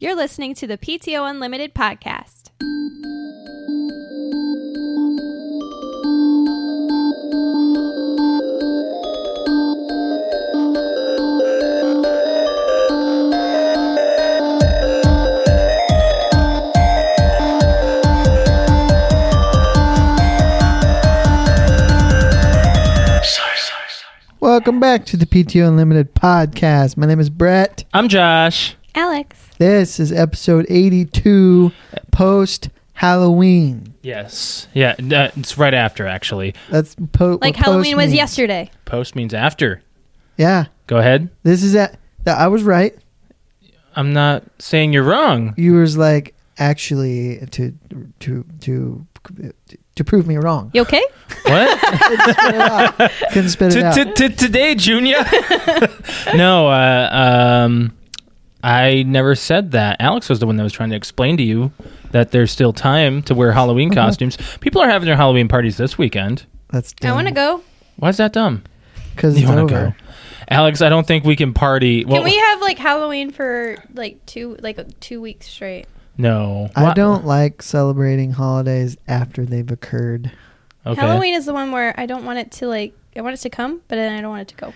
You're listening to the PTO Unlimited podcast. Welcome back to the PTO Unlimited podcast. My name is Brett. I'm Josh. Alex, This is episode 82 post Halloween. Yes. Yeah. uh, it's right after, actually. That's po- what like post Halloween was means. yesterday. Post means after. Yeah. Go ahead. This is at that I was right. I'm not saying you're wrong. You was like actually to to to to prove me wrong. You okay? What? Couldn't spit it out. T- t- t- Today, Junior. No, uh, um, I never said that. Alex was the one that was trying to explain to you that there's still time to wear Halloween Uh-huh. costumes. People are having their Halloween parties this weekend. That's I want to go. Why is that dumb? because You it's want to over. go? Alex, I don't think we can party. Can we have like Halloween for like two like two weeks straight? No. I Wha- don't like celebrating holidays after they've occurred. Okay. Halloween is the one where I don't want it to like I want it to come, but then I don't want it to go.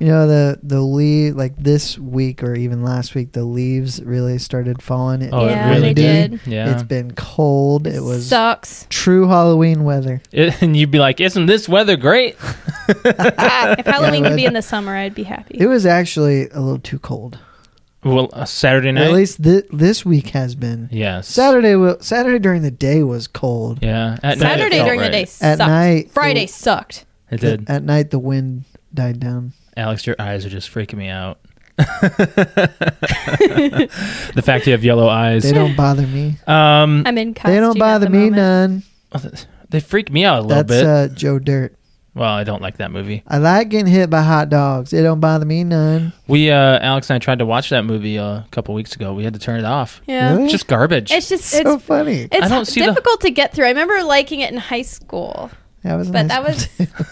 You know the the leave like this week or even last week the leaves really started falling. Oh, it yeah, really they did? did. Yeah. It's been cold. It was sucks. true Halloween weather. It- and you'd be like, "Isn't this weather great?" if Halloween Yeah, could be but- in the summer, I'd be happy. It was actually a little too cold. Well, uh, Saturday night. At least th- this week has been. Yes. Saturday wa- Saturday during the day was cold. Yeah. At night it Saturday felt during the right. day At sucked. night, Friday it- sucked. It did. At night the wind died down. Alex, your eyes are just freaking me out. the fact you have yellow eyes. They don't bother me. Um, I'm in costume. they don't bother at the me moment. none. they freak me out a little That's bit. uh, Joe Dirt. well, I don't like that movie. I like getting hit by hot dogs. It don't bother me none. We uh, Alex and I tried to watch that movie uh, a couple weeks ago. We had to turn it off. Yeah. Really? It's just garbage. It's just it's so funny. it's I don't see the- difficult to get through. I remember liking it in high school. That was. a But nice that one. was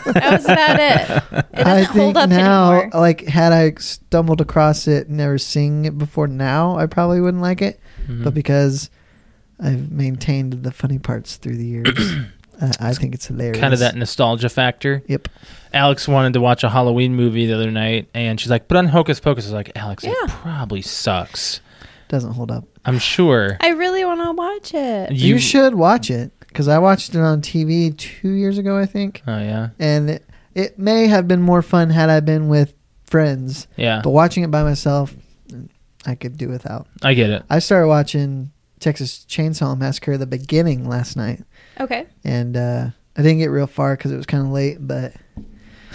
that was about it. It doesn't I hold think up now, anymore. like, had I stumbled across it, never seeing it before now, I probably wouldn't like it. Mm-hmm. But because I've maintained the funny parts through the years, uh, I think it's hilarious. kind of that nostalgia factor. Yep. Alex wanted to watch a Halloween movie the other night, and she's like, "Put on Hocus Pocus." I was like, "Alex, Yeah. it probably sucks." Doesn't hold up. I'm sure. I really want to watch it. You, should watch it because I watched it on TV two years ago, I think, Oh yeah, and it, it may have been more fun had I been with friends. yeah. But watching it by myself, I could do without. I get it. I started watching Texas Chainsaw Massacre: The Beginning last night. Okay. and uh, I didn't get real far because it was kind of late.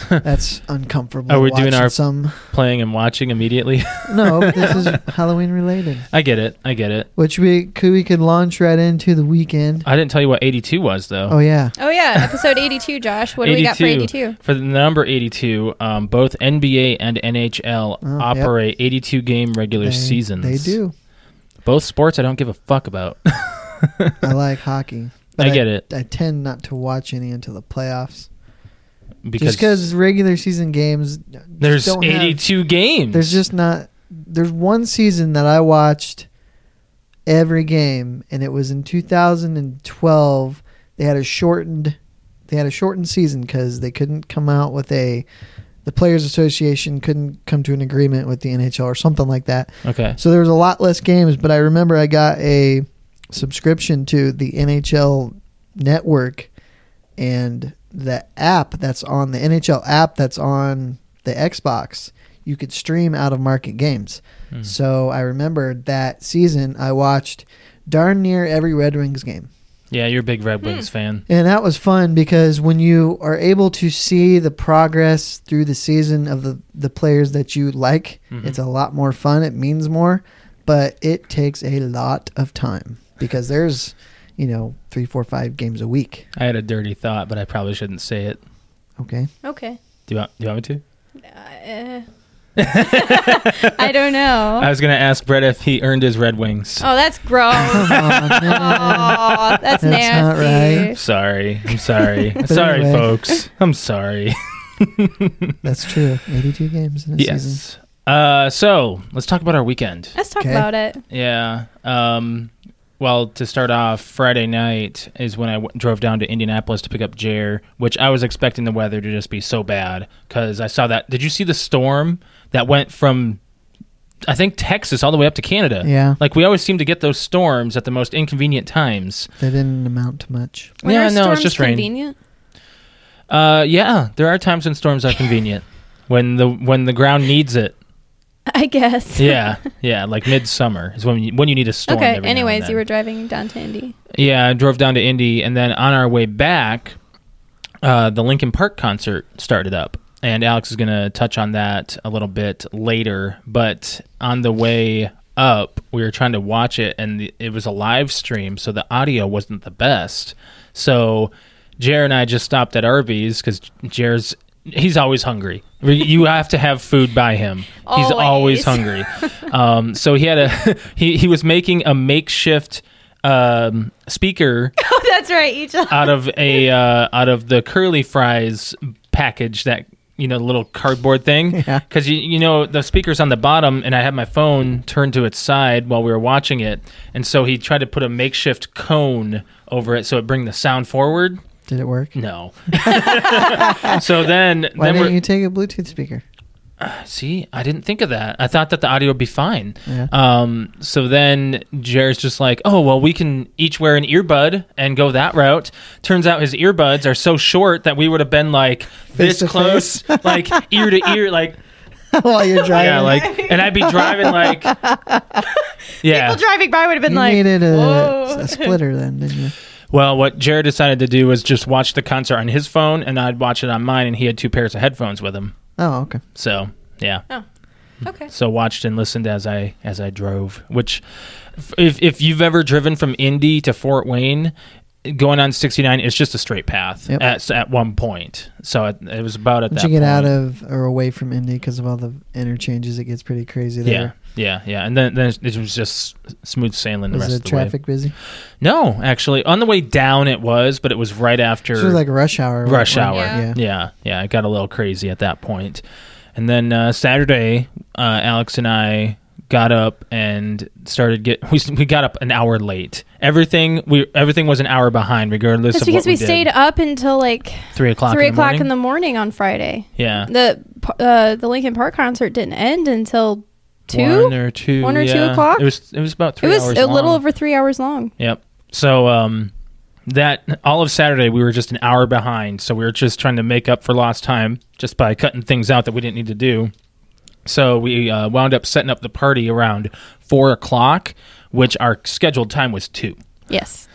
But that's uncomfortable. Are we doing watching our- some? Playing and watching immediately. No, but this is Halloween related, I get it. I get it. which we could we could launch right into the weekend. I didn't tell you what 82 was though. Oh yeah, Oh yeah, episode 82, Josh. What do we got for 82? For the number 82, um, both NBA and NHL Oh, yep. operate 82 game regular they, seasons. They do. Both sports I don't give a fuck about. I like hockey. I get it. Um, I tend not to watch any until the playoffs, Because just because regular season games. uh, there's don't have- 82 games. There's just not. There's one season that I watched every game, and it was in 2012. They had a shortened. They had a shortened season because they couldn't come out with a. The Players Association couldn't come to an agreement with the NHL or something like that. okay. So there was a lot less games, but I remember I got a subscription to the NHL network and the app that's on the NHL app that's on the Xbox. You could stream out of market games. So I remembered that season I watched darn near every Red Wings game. Yeah, you're a big Red Wings fan. And that was fun because when you are able to see the progress through the season of the, the players that you like, Mm-hmm. it's a lot more fun. It means more, but it takes a lot of time because there's, you know, three, four, five games a week. I had a dirty thought, but I probably shouldn't say it. Okay. Okay. Do you want, do you want me to? Uh, I don't know. I was going to ask Brett if he earned his Red Wings. oh, that's gross. Um, Aw, that's, That's not nasty. I'm sorry. I'm sorry. I'm sorry, anyway. folks. I'm sorry. That's true. 82 games in a season. yes. Uh, so let's talk about our weekend. Let's talk Okay. about it. Yeah. Um, well, to start off, Friday night is when I w- drove down to Indianapolis to pick up Jer, which I was expecting the weather to just be so bad because I saw that. Did you see the storm that went from, I think, Texas all the way up to Canada? Yeah. Like, we always seem to get those storms at the most inconvenient times. They didn't amount to much. When yeah, are no, it's storms just rain. convenient? Uh, yeah, there are times when storms are convenient. When the when the ground needs it, I guess. yeah, yeah, like midsummer is when you, when you need a storm. okay. every now and Anyways, then. you were driving down to Indy. Yeah, I drove down to Indy, and then on our way back, uh, the Lincoln Park concert started up, and Alex is going to touch on that a little bit later. But on the way up, we were trying to watch it, and the- it was a live stream, so the audio wasn't the best. So Jer and I just stopped at Arby's because Jer's he's always hungry. You have to have food by him. He's always Always. hungry. Um, so he had a he he was making a makeshift um, speaker Oh, that's right. You just out of a uh, out of the curly fries package that you know the little cardboard thing Yeah. because you, you know the speaker's on the bottom and i had my phone turned to its side while we were watching it and so he tried to put a makeshift cone over it so it bring the sound forward Did it work? no so then Why Mm. then we're, didn't you take a Bluetooth speaker? See, I didn't think of that. I thought that the audio would be fine. Yeah. Um, so then Jared's just like, oh, well, we can each wear an earbud and go that route. Turns out his earbuds are so short that we would have been like this to close, like ear to ear, like, While you're driving, Uh, yeah, like, and I'd be driving like, yeah. people driving by would have been you like, needed "Whoa." a, a splitter then, didn't you? Well, what Jared decided to do was just watch the concert on his phone and I'd watch it on mine, and he had two pairs of headphones with him. Oh, okay. So, yeah. okay. so watched and listened as I as I drove. Which, f- if if you've ever driven from Indy to Fort Wayne, going on 69, it's just a straight path Yep. at at one point. So it, it was about at Once that. you get point. out of or away from Indy because of all the interchanges, it gets pretty crazy yeah. there. Yeah, yeah, and then, then it was just smooth sailing the Was rest the of the way. traffic busy? No, actually, on the way down it was, but it was right after. So it was like rush hour. Rush right? hour. Yeah. Yeah. yeah, yeah, it got a little crazy at that point. And then uh, Saturday, uh, Alex and I got up and started get we, we got up an hour late. Everything we everything was an hour behind, regardless That's of what because we, we did. stayed up until like three o'clock. three in the o'clock morning. in the morning on Friday. yeah The uh, the Lincoln Park concert didn't end until two. one or two One or two yeah. o'clock? It was it was about It three. was hours a little long. over three hours long. Yep. So um that all of Saturday we were just an hour behind, so we were just trying to make up for lost time just by cutting things out that we didn't need to do. So we uh, wound up setting up the party around four o'clock, which our scheduled time was two. Yes.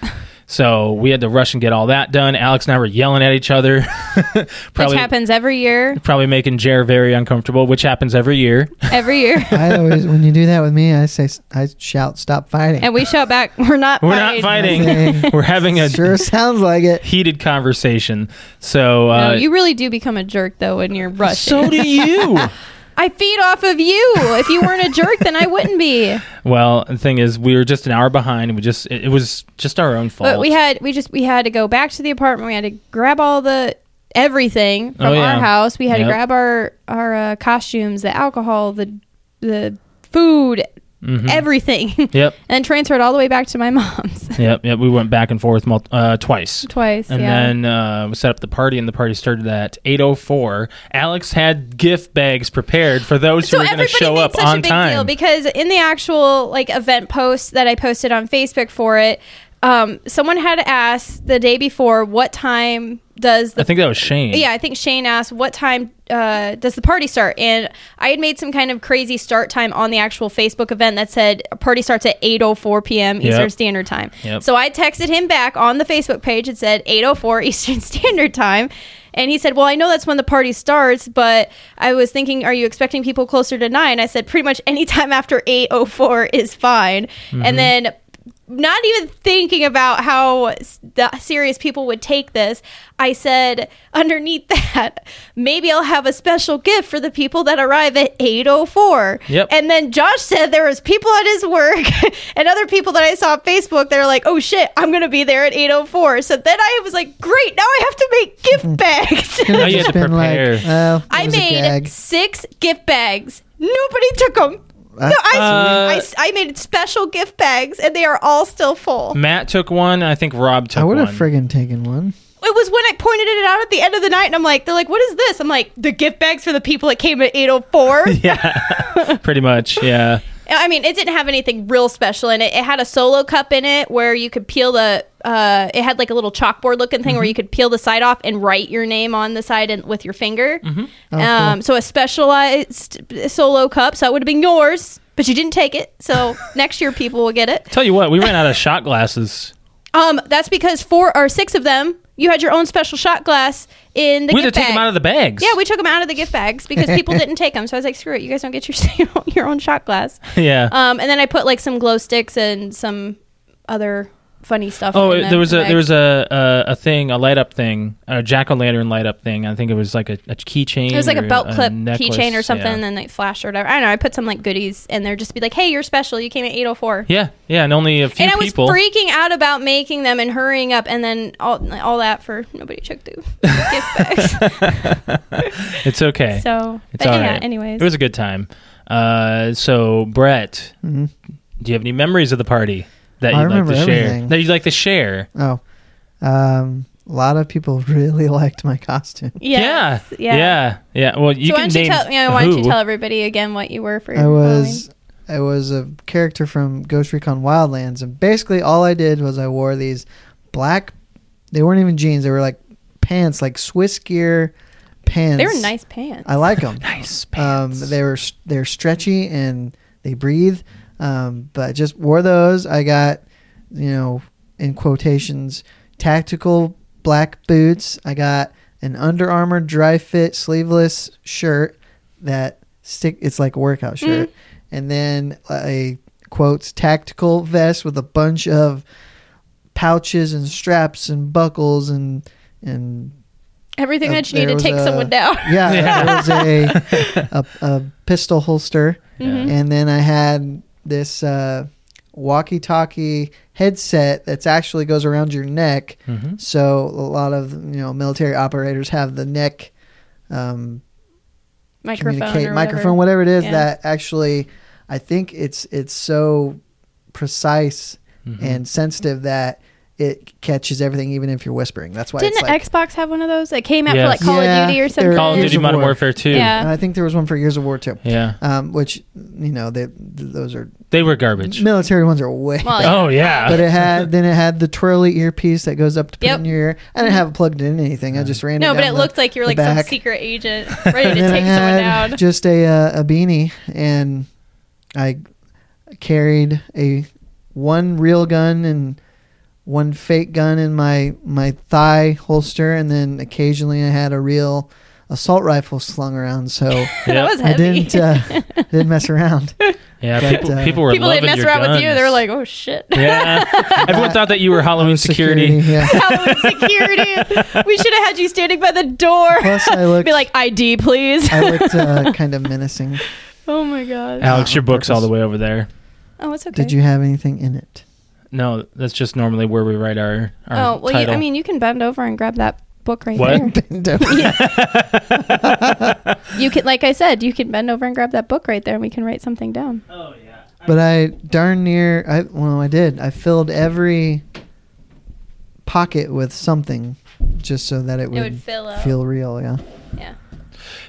So we had to rush and get all that done. Alex and I were yelling at each other, probably Which happens every year. probably making Jer very uncomfortable, which happens every year. Every year. I always, when you do that with me, I say, I shout, "Stop fighting!" and we shout back, we're not We're not I fighting. say, we're having a sure sounds like it. heated conversation. So uh, no, you really do become a jerk though when you're rushing. so do you. I feed off of you. If you weren't a jerk, then I wouldn't be. Well, the thing is, we were just an hour behind. and We just it, it was just our own fault. But we had we just we had to go back to the apartment. We had to grab all the everything from Oh, yeah. our house. We had Yep. to grab our our uh, costumes, the alcohol, the the food, Mhm. everything, and yep, then transfer it all the way back to my mom's yep, yep. We went back and forth mul- uh, twice. twice. And yeah. then uh, we set up the party, and the party started at eight oh four. Alex had gift bags prepared for those who were going to show made up on time. because in the actual like event post that I posted on Facebook for it, um, someone had asked the day before what time does I the think that was Shane. yeah I think Shane asked what time uh, does the party start and I had made some kind of crazy start time on the actual Facebook event that said party starts at eight oh four p.m. Yep. Eastern Standard Time. Yep. So I texted him back on the Facebook page and said eight oh four Eastern Standard Time. And he said, Well, I know that's when the party starts, but I was thinking, are you expecting people closer to nine? I said, Pretty much any time after 8.04 is fine. Mm-hmm. And then, not even thinking about how s- the serious people would take this, I said, Underneath that, maybe I'll have a special gift for the people that arrive at 8.04. Yep. And then Josh said there was people at his work and other people that I saw on Facebook that are like, oh shit, I'm going to be there at 8.04. So then I was like, great, now I have to make gift bags. Could've Now you had just to been like, prepare. "Oh, that I was a made gag." six gift bags Nobody took them. I- no, I, Uh, I s- I made special gift bags, and they are all still full. Matt took one. I think Rob took I would one. have friggin' taken one. It was when I pointed it out at the end of the night, and I'm like, they're like, what is this? I'm like, the gift bags for the people that came at 804. yeah, pretty much. Yeah. I mean, it didn't have anything real special in it. It had a solo cup in it where you could peel the. Uh, it had like a little chalkboard looking thing where Mm-hmm. you could peel the side off and write your name on the side and with your finger. Mm-hmm. Oh, Um, so a specialized solo cup. So it would have been yours, but you didn't take it. So next year people will get it. Tell you what, we ran out of shot glasses. Um, that's because four or six of them, you had your own special shot glass in the we had gift to take bag. them out of the bags. yeah, we took them out of the gift bags because people didn't take them. So I was like, screw it, you guys don't get your your own shot glass. yeah. Um, and then I put like some glow sticks and some other funny stuff. Oh, in it- the there was a bag. there was a, a a thing, a light up thing, a jack o' lantern light up thing. I think it was like a, a keychain. It was like a or belt clip necklace. keychain or something, and Yeah. then like flash or whatever. I don't know. I put some like goodies in there just to be like, hey, you're special. You came at 804. yeah, yeah, and only a few and I was people. freaking out about making them and hurrying up, and then all all that for nobody checked the gift bags. It's okay. So, it's but all yeah. right. Anyways, It was a good time. Uh, so Brett, Mhm. do you have any memories of the party that I you'd like remember to share? everything. That you'd like to share? Oh, um, a lot of people really liked my costume. Yes, yeah, yeah, yeah. Well, you so why can don't you name tell? Yeah, why don't you who. tell everybody again what you were for? I was I was a character from Ghost Recon Wildlands, and basically all I did was I wore these black. They weren't even jeans; they were like pants, like Swiss gear pants. Halloween? They were nice pants. I like them. Nice um, pants. they were s- they're stretchy and they breathe. Um, but just wore those. I got you know in quotations tactical black boots. I got an Under Armour dry fit sleeveless shirt that stick. It's like a workout Mm-hmm. shirt, and then a quotes tactical vest with a bunch of pouches and straps and buckles and and Everything uh, that you there need to was take a- someone down. yeah, Yeah. there was a, a a pistol holster Mhm. and then I had this uh, walkie-talkie headset that's actually goes around your neck. Mm-hmm. hmm So a lot of you know military operators have the neck um, Microphone or microphone, whatever it is Yeah. that actually. I think it's it's so precise Mm-hmm. and sensitive that it catches everything, even if you're whispering. That's why Didn't it's like. Xbox have one of those that came out for like Yes. Call Yeah, of Duty or there something? Call of Years Duty of Modern War. Warfare Two. Yeah. and I think there was one for Years of War too, Yeah. um, which you know they, th- those are They were garbage. military ones are way Well, Oh yeah. but it had then it had the twirly earpiece that goes up to put Yep. in your ear. I didn't have it plugged in anything. I just ran. No, but down it the- looked like you were the like some back. secret agent ready to And then take I someone had down. Just a uh, a beanie, and I carried a one real gun and one fake gun in my my thigh holster, and then occasionally I had a real assault rifle slung around. So That Yep. was I heavy. didn't uh, didn't mess around. yeah. but, people, uh, people were People didn't loving mess your around with you. They were guns. like, "Oh shit." yeah. Everyone thought that you were Halloween security. yeah. Halloween security. We should have had you standing by the door. Plus, I looked. Be like, ID, please. I looked uh, kind of menacing. oh my god. Alex, Yeah, your on book's all purpose. the way over there. Oh, it's okay. Did you have anything in it? No, that's just normally where we write our, our Oh well, you, title. I mean, you can bend over and grab that book right What? there. You can, like I said, you can bend over and grab that book right there, and we can write something down. oh yeah. But I darn near I well I did. I filled every pocket with something just so that it would, fill feel real, yeah.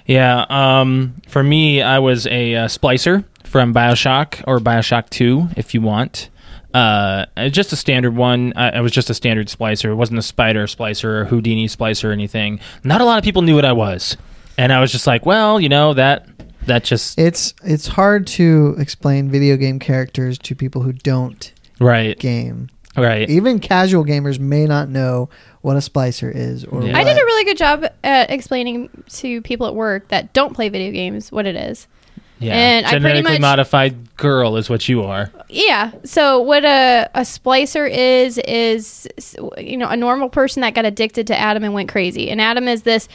Yeah. Um, for me, I was a uh, splicer from Bioshock or Bioshock Two, if you want. Uh, uh, just a standard one. I, I was just a standard splicer. It wasn't a spider splicer or Houdini splicer or anything. Not a lot of people knew what I was, and I was just like, well, you know that that just It's it's hard to explain video game characters to people who don't right, game. right. Even casual gamers may not know what a splicer is or Yeah. I what- did a really good job at explaining to people at work that don't play video games what it is. Yeah. And I pretty Genetically much- modified girl is what you are. Yeah. So what a a splicer is is you know a normal person that got addicted to Adam and went crazy. And Adam is this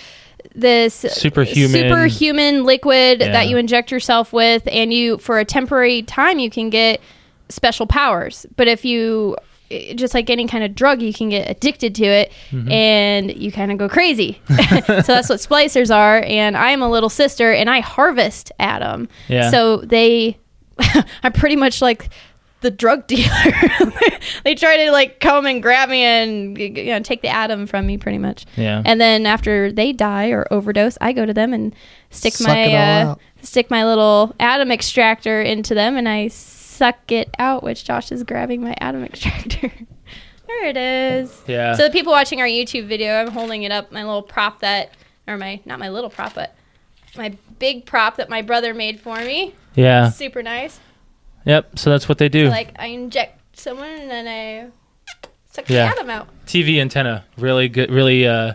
this Superhuman. superhuman liquid Yeah. that you inject yourself with and you for a temporary time you can get special powers. But if you it- just like any kind of drug, you can get addicted to it and you kind of go crazy. so that's what splicers are. And I am a little sister and I harvest Adam. Yeah. So they, I'm pretty much like the drug dealer. they try to like come and grab me and you know take the Adam from me pretty much. Yeah. And then after they die or overdose, I go to them and stick Suck my it all uh, out. stick my little atom extractor into them, and I suck it out. Which Josh is grabbing my atom extractor. there it is. Yeah. So the people watching our YouTube video, I'm holding it up, my little prop that, or my not my little prop, but my big prop that my brother made for me. yeah. Super nice. Yep. So that's what they do. Like I inject someone and then I suck Yeah. the atom out. TV antenna. Really good. Really. Uh,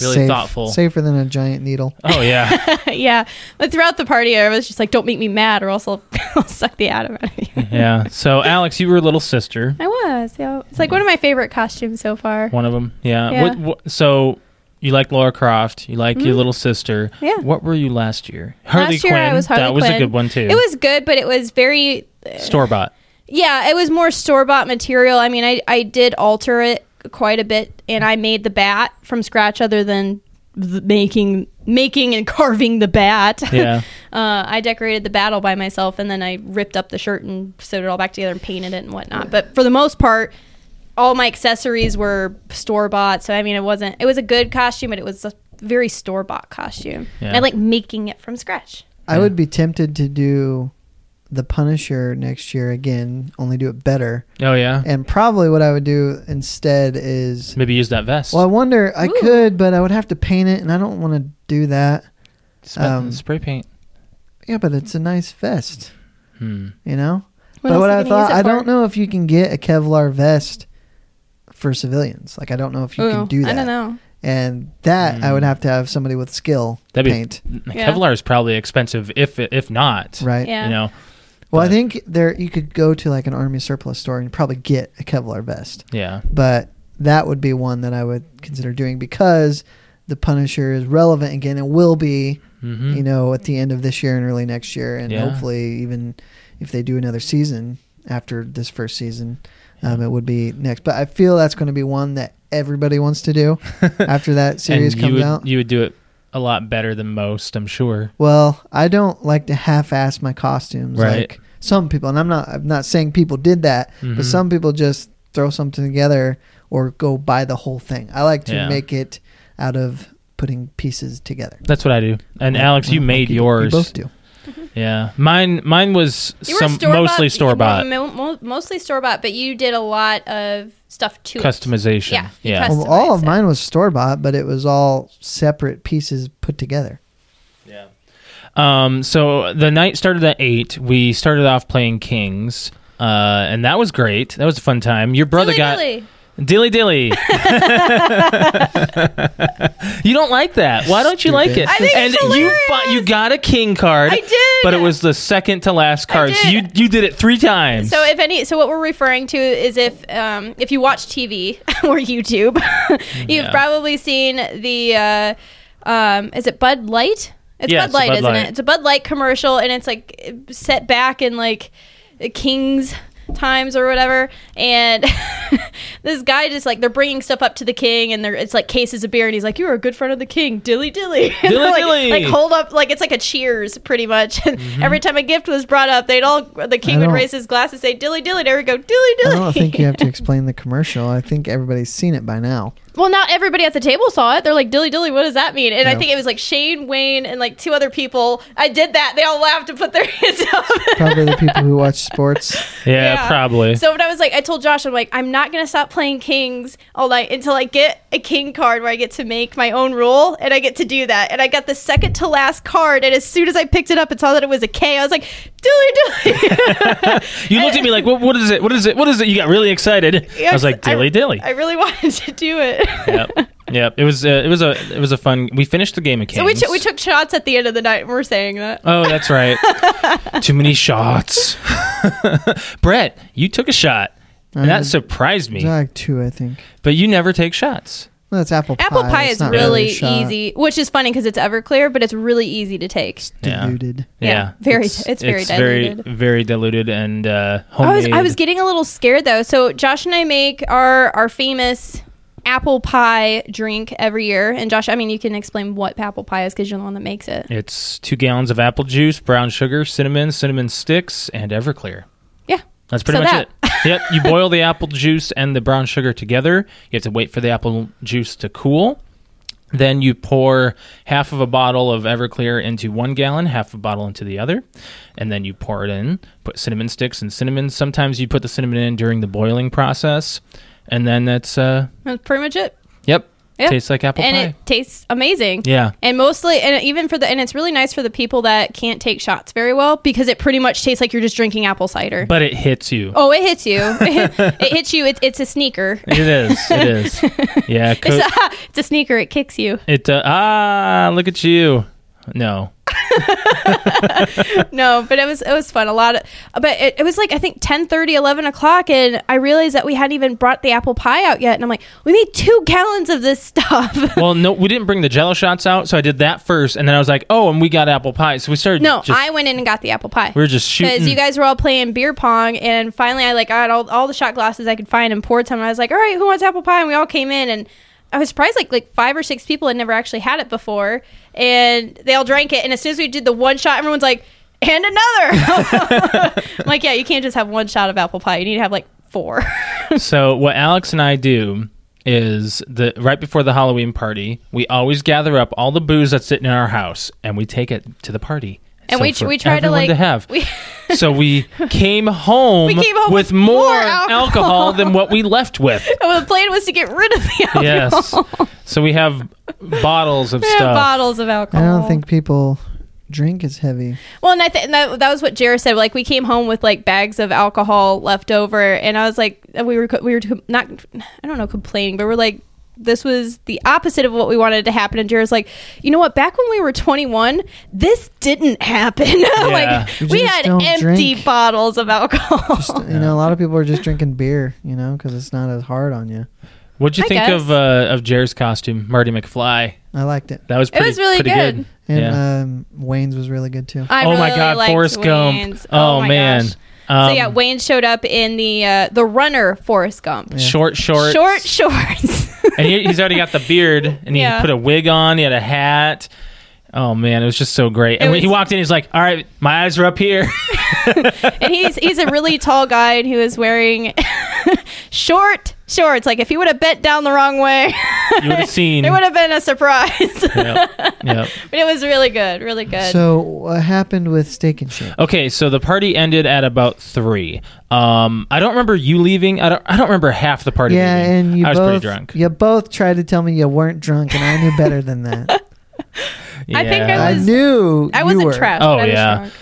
Really Safe. thoughtful. Safer than a giant needle. oh yeah. yeah, but throughout the party, I was just like, "Don't make me mad, or else I'll, I'll suck the atom out of you." yeah. So Alex, you were a little sister. I was. Yeah, it's like one of my favorite costumes so far. One of them. Yeah. Yeah. Mm-hmm. What, what, so you like Laura Croft. You like your little sister. Yeah. What were you last year? Harley Last year Quinn. I was Harley that was a Quinn. good one too. It was good, but it was very. store bought. Yeah, it was more store bought material. I mean, I I did alter it quite a bit, and I made the bat from scratch, other than the making making and carving the bat. Yeah. uh, I decorated the battle by myself, and then I ripped up the shirt and sewed it all back together and painted it and whatnot. But for the most part, all my accessories were store bought. So I mean, it wasn't. It was a good costume, but it was a very store bought costume. Yeah. And I like making it from scratch. I would be tempted to do the Punisher next year again, only do it better. Oh yeah. And probably what I would do instead is Maybe use that vest. well, I wonder I Ooh. could, but I would have to paint it, and I don't want to do that. Spray- um, uh, spray paint. Yeah, but it's a nice vest, Hmm. you know. What but else what are you I gonna use thought, it I for? don't know if you can get a Kevlar vest for civilians. Like I don't know if you Ooh, can do that. I don't know. And that I would have to have somebody with skill Hmm. That'd be- paint, Yeah. Kevlar is probably expensive if if not. right? Yeah. You know. Well, I But- think there you could go to like an army surplus store and probably get a Kevlar vest. Yeah. but that would be one that I would consider doing because the Punisher is relevant again and will be, hmm you know, at the end of this year and early next year, and Yeah. hopefully even if they do another season after this first season, um, it would be next. But I feel that's going to be one that everybody wants to do after that series and you comes would, out. You would do it a lot better than most, I'm sure. Well, I don't like to half-ass my costumes Right. like some people, and I'm not. I'm not saying people did that, Mhm. but some people just throw something together or go buy the whole thing. I like to Yeah. make it out of putting pieces together. That's what I do. And Like, Alex, you like made you- yours. You both do. Yeah, mine. Mine was some mostly store bought mo- mo- mostly store bought, but you did a lot of stuff to It. customization. Yeah, you yeah, custom- Well, all of Customized it. mine was store bought, but it was all separate pieces put together. yeah. Oh. Um, so the night started at eight. We started off playing Kings, uh, and that was great. That was a fun time. Your brother Dilly got dilly. dilly dilly. you don't like that. Why don't you like it? I think and it's you hilarious. fi- you got a king card. I did. but it was the second to last card. So you did. you did it three times. So if any, so what we're referring to is if um, if you watch TV or YouTube, you've Yeah. probably seen the uh, um, is it Bud Light? It's Yeah, Bud it's a Light, Bud isn't Light. it? It's a Bud Light commercial, and it's like set back in like the King's times or whatever. And this guy just like they're bringing stuff up to the king, and they're it's like cases of beer, and he's like, "You're a good friend of the king, dilly dilly, And Dilly they're like, dilly. like hold up, like it's like a Cheers, pretty much. And every time a gift was brought up, they'd all the Mm-hmm. I king would don't- raise his glass and say, "Dilly dilly," there we go, dilly dilly. I don't think you have to explain the commercial. I think everybody's seen it by now. Well, not everybody at the table saw it. They're like, dilly dilly, what does that mean? And I Yeah. think it was like Shane, Wayne, and like two other people. I did that. They all laughed and put their hands up. Probably the people who watch sports. yeah, Yeah. probably. So when I was like, I told Josh, I'm like, I'm not gonna stop playing kings all night until I get a king card where I get to make my own rule and I get to do that. And I got the second to last card, and as soon as I picked it up and saw that it was a K, I was like, dilly dilly. You looked at me like, what, what is it? What is it? What is it? You got really excited. I was like, dilly dilly. I really wanted to do it. yep, yep. It was uh, it was a it was a fun. We finished the game of Kings. So we, took we took shots at the end of the night, and we're saying that. Oh, that's right. Too many shots. Brett, you took a shot, and Um, Mm-hmm. that surprised me. Like two, I think. But you never take shots. Well, that's apple pie. Apple pie It's is not really really a shot. easy, which is funny because it's Everclear, but it's really easy to take. Yeah. Diluted. Yeah, very- it's very very diluted. very diluted and uh, I was homemade. I was getting a little scared though. So Josh and I make our our famous apple pie drink every year. And Josh, I mean, you can explain what apple pie is because you're the one that makes it. It's two gallons of apple juice, brown sugar, cinnamon, cinnamon sticks, and Everclear. Yeah. That's pretty So much that. it. yep. You boil the apple juice and the brown sugar together. You have to wait for the apple juice to cool. Then you pour half of a bottle of Everclear into one gallon, half a bottle into the other, and then you pour it in. Put cinnamon sticks and cinnamon. Sometimes you put the cinnamon in during the boiling process, and then that's uh, That's pretty much it. yep, Yeah. tastes like apple and pie. it tastes amazing. yeah, And mostly, and even for the, and it's really nice for the people that can't take shots very well because it pretty much tastes like you're just drinking apple cider. but it hits you. oh, it hits you. it hits you. It, it's a sneaker. It is. It is. Yeah. Co- It's a, it's a sneaker. It kicks you. it uh, ah, look at you. No. No, but it was it was fun. A lot of, but it, it was like I think 10, 11 o'clock, and I realized that we hadn't even brought the apple pie out yet, and I'm like, we made two gallons of this stuff. Well, no, we didn't bring the Jello shots out, so I did that first, and then I was like, oh, and we got apple pie, so we started. no, just, I went in and got the apple pie. we were just because shooting. you guys were all playing beer pong and finally i like got all, all the shot glasses i could find and poured some and i was like all right who wants apple pie and we all came in and i was surprised like like five or six people had never actually had it before and they all drank it and as soon as we did the one shot everyone's like and another i'm like yeah you can't just have one shot of apple pie you need to have like four so what Alex and I do is the right before the Halloween party, we always gather up all the booze that's sitting in our house, and we take it to the party. and So we, for we tried to everyone like to have. we so we came home, We came home with with more, more alcohol. alcohol. than what we left with. the plan was to get rid of the alcohol yes. So we have bottles of We have stuff. bottles of I alcohol don't think people drink as heavy. Well, and I th- and that, that was what Jared said. Like we came home with like bags of alcohol left over, and I was like, we were co- we were co- not I don't know complaining, but we're like. This was the opposite of what we wanted to happen. And Jared's like, you know what? Back when we were 21, this didn't happen. like, You we just had don't empty drink. bottles of alcohol. Just, you know, a lot of people are just drinking beer, you know, because it's not as hard on you. What'd you I think guess. of uh, of Jer's costume, Marty McFly? I liked it. That was It pretty, was really pretty good. And Yeah. um, Wayne's was really good too. I oh my really God, liked Forrest Gump. Wayne's. Oh, my man, gosh. so yeah, Um, Wayne showed up in the uh, the runner Forrest Gump. Yeah. short, short, Short shorts. and he, he's already got the beard, and he Yeah. put a wig on. He had a hat. Oh man, it was just so great. And It when he was- walked in, he's like, "All right, my eyes are up here." and he's he's a really tall guy and he was wearing short shorts like if he would have bent down the wrong way you would have seen. it would have been a surprise Yep, yep. but it was really good really good So what happened with Steak and Shake? Okay, so the party ended at about three. Um, I don't remember you leaving. I don't. I don't remember half the party. Yeah, leaving. and you I was pretty both drunk. you both tried to tell me you weren't drunk, and I knew better than that. I think I I was- knew i you wasn't were, trapped Oh, but I was yeah. drunk.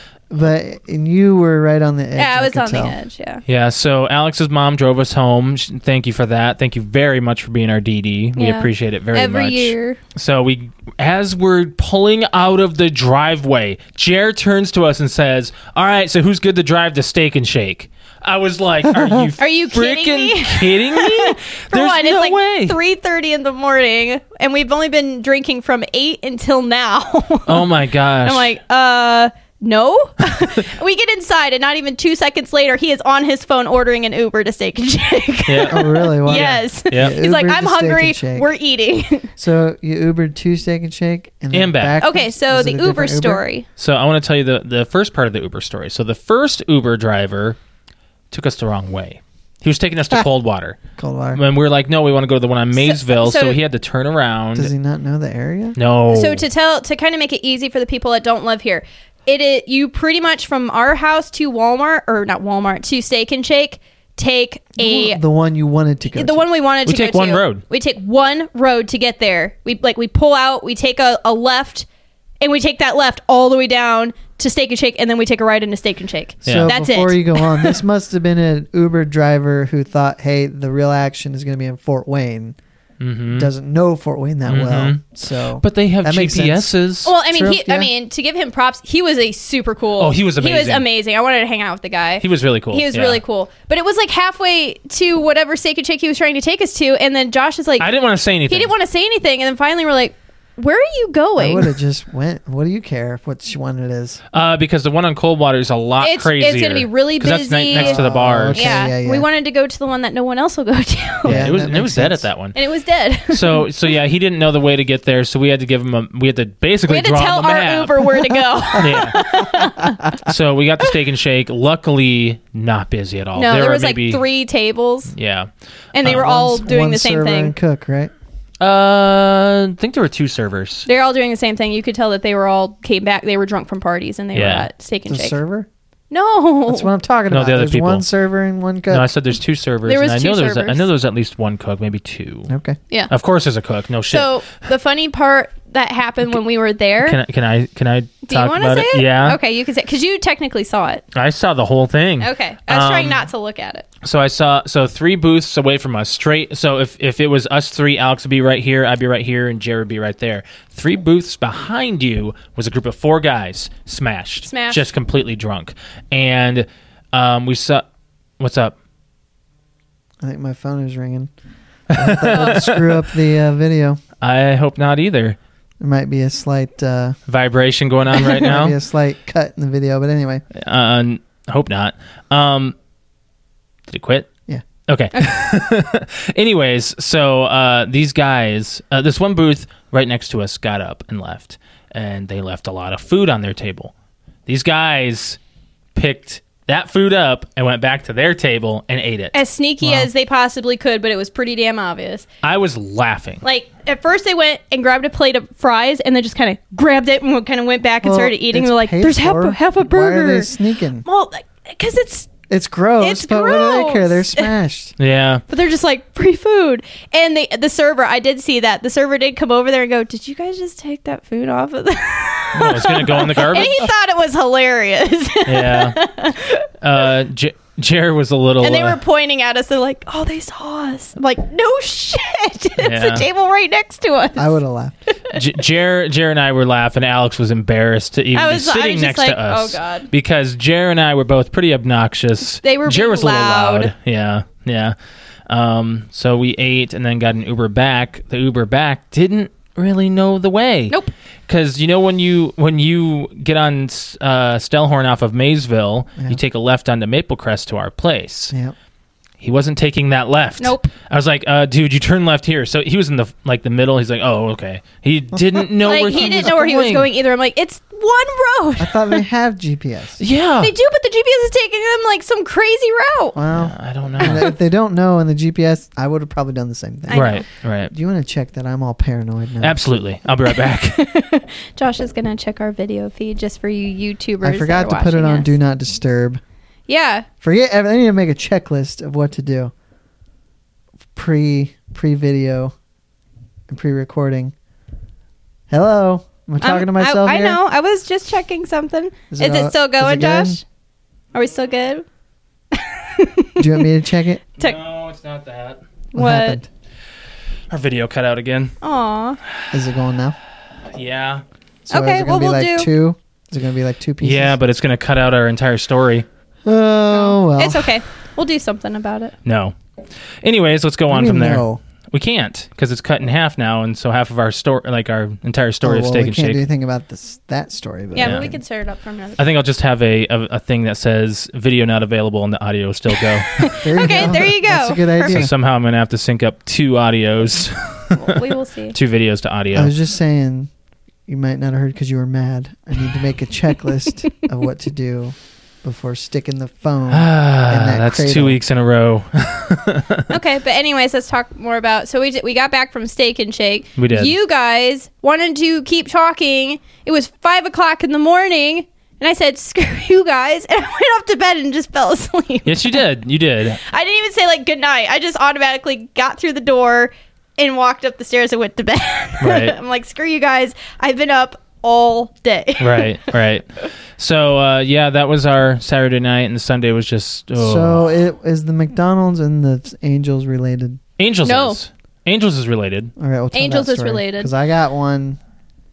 but and you were right on the edge. yeah i was could on tell. the edge yeah Yeah, so Alex's mom drove us home. Sh- Thank you for that. Thank you very much for being our DD. We Yeah. appreciate it very every much. year So we as we're pulling out of the driveway, Jared turns to us and says, "All right, so who's good to drive the steak and shake?" I was like, "Are you Are you kidding freaking me?" kidding me? for There's one no it's like way." 3.30 in the morning and we've only been drinking from 8 until now oh my gosh. i'm like uh no, we get inside, and not even two seconds later, he is on his phone ordering an Uber to Steak and Shake. yeah. Oh really? Wow. Yes. Yeah. He's like, Ubered I'm to Steak and hungry. Shake. We're eating. So you Ubered to Steak and Shake and, And back. okay, Is so it the a Uber, different story. So I want to tell you the the first part of the Uber story. So the first Uber driver took us the wrong way. He was taking us to Coldwater. Cold water. And we were like, no, we want to go to the one on Maysville. So, so- he had to turn around. Does he not know the area? no. So to tell to kind of make it easy for the people that don't live here, it is you pretty much from our house to Walmart or not Walmart to Steak and Shake take a the one you wanted to go. the to. one we wanted We to go take one to. road. We take one road to get there. We like we pull out, we take a, a left, and we take that left all the way down to Steak and Shake, and then we take a ride into Steak and Shake. Yeah. So That's before it. you go on, this must have been an Uber driver who thought, "Hey, the real action is going to be in Fort Wayne," Mhm. doesn't know Fort Wayne that well. Mhm. So, But they have That makes sense. GPSs. Well, I mean, True, he, I yeah. mean, to give him props, he was a super cool. Oh, he was He was amazing. amazing. I wanted to hang out with the guy. he was really cool. He was yeah. really cool. But it was like halfway to whatever steak and shake he was trying to take us to, and then Josh is like, I didn't want to say anything. he didn't want to say anything, and then finally we're like, where are you I going? would have just went. What do you care what sh- one it is? uh, because the one on Coldwater is a lot It's- it's crazier. gonna be really 'Cause That's busy. ni- next to the Oh, bar. okay. yeah. yeah, yeah. we wanted to go to the one that no one else will go to, Yeah, Yeah, it was that it makes was dead at sense. that one. and it was dead. So so yeah, he didn't know the way to get there, so we had to give him a we had to basically we had to draw tell him a our map. Uber where to go. yeah. so we got the steak and shake. Luckily, not busy at all. no, there, were was like maybe- three tables, Yeah, and they Uh, were all One- doing one the same server thing. and cook, right? uh, I think there were two servers. They're all doing the same thing. You could tell that they were all came back. They were drunk from parties, and they were Yeah. at steak and The shake. Oh. server. No, That's what I'm talking No, about. the other There's people. one server and one cook. No, I said there's two servers. There was and I two know there was. I servers. know there was at least one cook, maybe two. okay. yeah. Of course, there's a cook. No shit. So the funny part that happened when we were there. can I? Can I? Can I do you talk want to about say it? Yeah. Okay, you can say because you technically saw it. I saw the whole thing. Okay, I was trying Um, not to look at it. So I saw so three booths away from us, straight. So if if it was us three, Alex would be right here, I'd be right here, and Jared would be right there. Three booths behind you was a group of four guys, smashed, Smashed. just completely drunk, and um, we saw. What's up? I think my phone is ringing. I hope that didn't screw up the uh, video. I hope not either. There might be a slight uh, Vibration going on right might be now. a slight cut in the video, but anyway, uh, n- hope not. Um, did it quit? yeah. Okay. Anyways, so uh, these guys, uh, this one booth right next to us got up and left, and they left a lot of food on their table. These guys picked that food up and went back to their table and ate it. As sneaky as they possibly could, but it was pretty damn obvious. I was laughing. Like at first, they went and grabbed a plate of fries, and then just kind of grabbed it and kind of went back and Well, started eating. it's They're like, paid "There's half for. a, half a burger." Why are they sneaking? well, because it's It's gross, It's but what do they care? They're gross. smashed. Yeah. but they're just like free food. And the the server, I did see that the server did come over there and go, "Did you guys just take that food off of the?" Well, it's going to go in the and garbage. he thought it was hilarious. yeah. Uh, J- Jared was a little. and they were uh, pointing at us. They're like, "Oh, they saw us." I'm like, "No shit! it's Yeah. a table right next to us." I would have laughed. J- Jer, Jer and I were laughing. Alex was embarrassed to even I be was- I was sitting just next like, to us. "Oh, God." Because Jer and I were both pretty obnoxious. They were Jer being was a little loud. loud. Yeah, yeah. Um, so we ate and then got an Uber back. The Uber back didn't really know the way. Nope. Because you know when you when you get on uh, Stellhorn off of Maysville, Yeah. you take a left onto Maple Crest to our place Yeah. he wasn't taking that left. Nope. I was like, uh, dude, you turn left here. So he was in the like the middle. He's like, oh, okay. He didn't know like where he, he, didn't was know where going. he was going either. I'm like, "It's one I road." thought they have GPS. Yeah. They do, but the GPS is taking them like some crazy route. Well, I don't and know. if they don't know in the GPS, I would have probably done the same thing. I know. right. Right. Do you want to check that I'm all paranoid now? Absolutely. I'll be right back. Josh is gonna check our video feed just for you YouTubers. I forgot to put it on Do Not Disturb. Yeah, Forget. ev- I need to make a checklist of what to do. Pre pre video, and pre recording. Hello, am I talking Um, to myself I, I here? know. I was just checking something. Is, Is it, it all- still is it going, good? Josh? Are we still good? Do you want me to check it? Tech- no, it's not that. What, What? happened? Our video cut out again. Aw. Is it going now? Yeah. So Okay, is it well, gonna be we'll like do- two? Is it gonna be like two pieces? Yeah, but it's gonna cut out our entire story. oh well. It's okay. We'll do something about it. No. Anyways, let's go What on do you from mean there. no? We can't because it's cut in half now, and so half of our story, like our entire story Oh, of well, Steak we and can't Shake, do anything about this that story. But Yeah, Yeah. but we can set it up for another. I think I'll just have a, a a thing that says video not available and the audio will still go. There you Okay, go. there you go. That's a good so idea. somehow I'm gonna have to sync up two audios, we will see. two videos to audio. I was just saying, you might not have heard because you were mad. I need to make a checklist of what to do before sticking the phone. ah, in that that's two cradle. weeks in a row. okay, but anyways, let's talk more about. So we did, we got back from Steak and Shake. We did. You guys wanted to keep talking. It was five o'clock in the morning, and I said, "Screw you guys," and I went off to bed and just fell asleep. yes, you did. You did. I didn't even say like good night. I just automatically got through the door and walked up the stairs and went to bed. Right. I'm like, screw you guys. I've been up all day. Right, right. So uh, yeah, that was our Saturday night, and Sunday was just oh. So it is the McDonald's and the Angels related. Angels. No. is. Angels is related. All right, we'll tell Angels is related. because I got one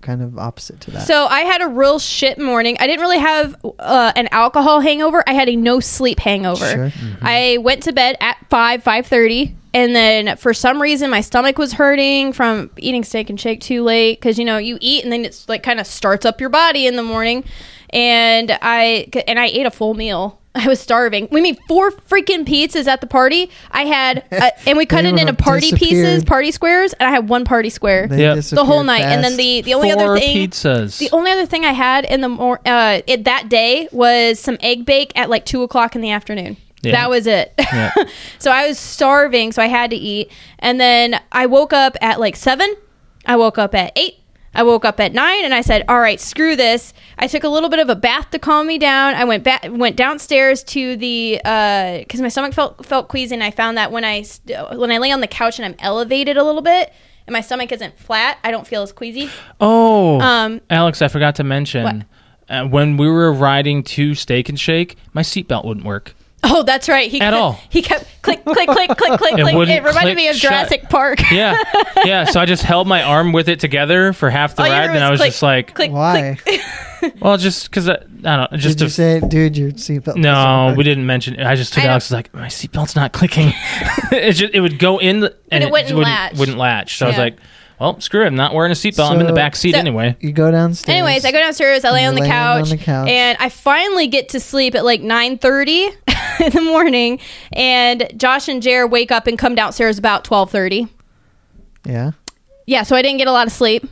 kind of opposite to that. So I had a real shit morning. I didn't really have uh, an alcohol hangover. I had a no sleep hangover. Mm-hmm. Sure. Mm-hmm. I went to bed at five five thirty, and then for some reason my stomach was hurting from eating steak and shake too late because you know you eat and then it's like kind of starts up your body in the morning, and I and I ate a full meal. I was starving. We made four freaking pizzas at the party. I had, uh, and we cut They it into were- party pieces, disappeared. party squares, and I had one party square They Yeah. the whole disappeared night. And then fast. the the only Four other thing pizzas. the only other thing I had in the mor- uh, it, that day was some egg bake at like two o'clock in the afternoon. Yeah. That was it. Yeah. so I was starving, so I had to eat. And then I woke up at like seven. I woke up at eight. I woke up at nine, and I said, "All right, screw this." I took a little bit of a bath to calm me down. I went back, went downstairs to the because my stomach felt felt queasy, and I found that when I st- when I lay on the couch and I'm elevated a little bit, and my stomach isn't flat, I don't feel as queasy. Oh, Um, Alex, I forgot to mention uh, when we were riding to Steak and Shake, my seatbelt wouldn't work. Oh, that's right. He At kept, all. He kept click, click, click, click, click, click. wouldn't It reminded click me of shut. Jurassic Park. Yeah, yeah. So I just held my arm with it together for half the All you ride, remember and I was click, just like, click, Why? click. well, just because I, I don't know, just Did you to. say, dude, your seatbelt? no, doesn't we work? didn't mention. It. I just took I know. Alex was like my seatbelt's not clicking. it just it would go in the, and it wouldn't just wouldn't latch. wouldn't latch. So I was Yeah. like, well, screw it. I'm not wearing a seatbelt. I'm in the So- back seat So- anyway. You go downstairs. Anyways, I go downstairs. I lay You're on the, laying couch, on the couch. and I finally get to sleep at like nine thirty in the morning. And Josh and Jer wake up and come downstairs about twelve thirty. Yeah. Yeah, so I didn't get a lot of sleep.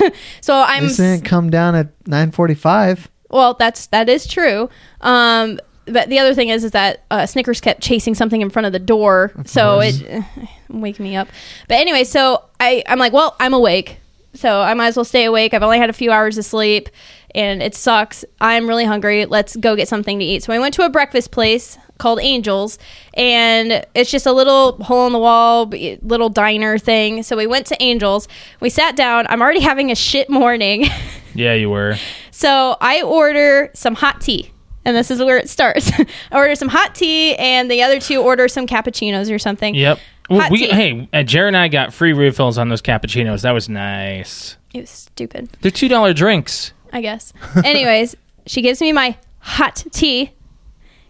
so I'm This didn't come down at nine forty-five. Well, that's that is true. Um, but the other thing is, is that uh, Snickers kept chasing something in front of the door, so course. it eh, wake me up. But anyway, so I I'm like, well, I'm awake, so I might as well stay awake. I've only had a few hours of sleep, and it sucks. I'm really hungry. Let's go get something to eat. So I went to a breakfast place called Angels, and it's just a little hole in the wall, b- little diner thing. So we went to Angels. We sat down. I'm already having a shit morning. Yeah, you were. So I order some hot tea. And this is where it starts. I order some hot tea, and the other two order some cappuccinos or something. Yep. Well, Hot we tea. hey, uh, Jared and I got free refills on those cappuccinos. That was nice. It was stupid, They're two dollar drinks. I guess. Anyways, she gives me my hot tea,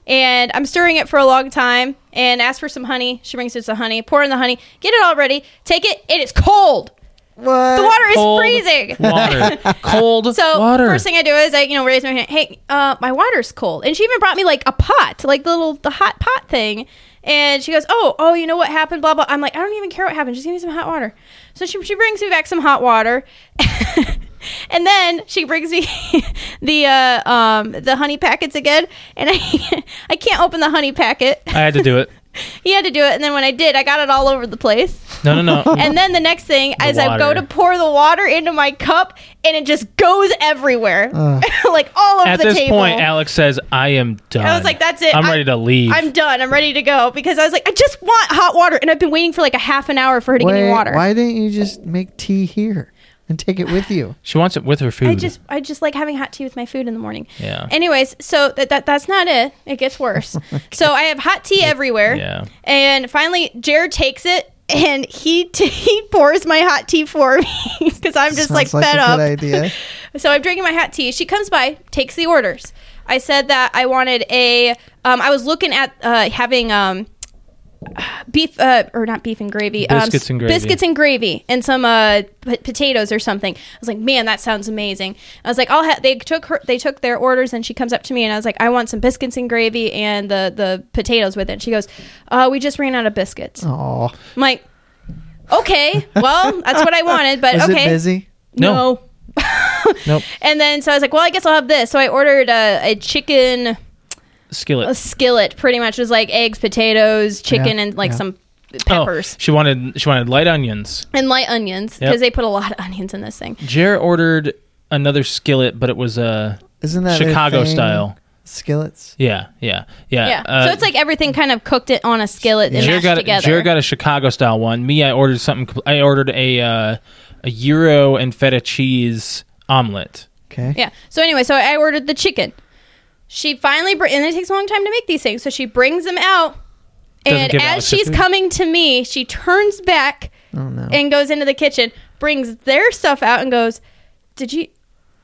and I'm stirring it for a long time and ask for some honey. She brings us the honey, pour in the honey, get it all ready, take it. It is cold. What? The water is Cold freezing. Water. Cold So water. first thing I do is I, you know, raise my hand. Hey, uh, my water's cold. And she even brought me like a pot, like the little the hot pot thing. And she goes, oh, oh, you know what happened? Blah blah. I'm like, I don't even care what happened. Just give me some hot water. So she she brings me back some hot water. And then she brings me the uh, um, the honey packets again, and I I can't open the honey packet. I had to do it. He had to do it, and then when I did, I got it all over the place. No, no, no. And then the next thing, as I go water. to pour the water into my cup, and it just goes everywhere, Ugh. like all over At the this table. point, Alex says, "I am done." I was like, "That's it. I'm I- ready to leave." I'm done. I'm ready to go because I was like, I just want hot water, and I've been waiting for like a half an hour for her to give me Wait, water. Why didn't you just make tea here and take it with you? she wants it with her food. I just, I just like having hot tea with my food in the morning. Yeah. Anyways, so that, that that's not it. It gets worse. So I have hot tea everywhere. yeah. And finally, Jared takes it. And he t- he pours my hot tea for me because I'm just like Sounds fed a up. Good idea. So I'm drinking my hot tea. She comes by, takes the orders. I said that I wanted a. Um, I was looking at uh, having um, beef uh, or not beef and gravy, Biscuits um, and gravy. biscuits and gravy, and some uh, p- potatoes or something. I was like, man, that sounds amazing. I was like, I'll have. They took her. They took their orders, and she comes up to me, and I was like, I want some biscuits and gravy and the the potatoes with it. And she goes, uh, we just ran out of biscuits. Oh, I'm like, okay, well, that's what I wanted, but was okay, it busy? No. no. nope. And then so I was like, well, I guess I'll have this. So I ordered uh, a, a chicken a Skillet. skillet, pretty much. It was like eggs, potatoes, chicken, Yeah, and like yeah. some Oh, peppers she wanted she wanted light onions. and light onions because Yep. they put a lot of onions in this thing. Jared ordered another skillet, but it was a Isn't that their Chicago thing? style. skillets? Yeah, yeah, yeah. Yeah. Uh, so it's like everything kind of cooked it on a skillet and Jer mashed got a, together. Jer got a Chicago style one. Me, I ordered something. compl- I ordered a uh, a euro and feta cheese omelet. Okay. yeah. So anyway, so I ordered the chicken. She finally, br- and it takes a long time to make these things. So she brings them out, Doesn't and give as Alex her she's food? coming to me, she turns back Oh no. and goes into the kitchen, brings their stuff out and goes, "Did you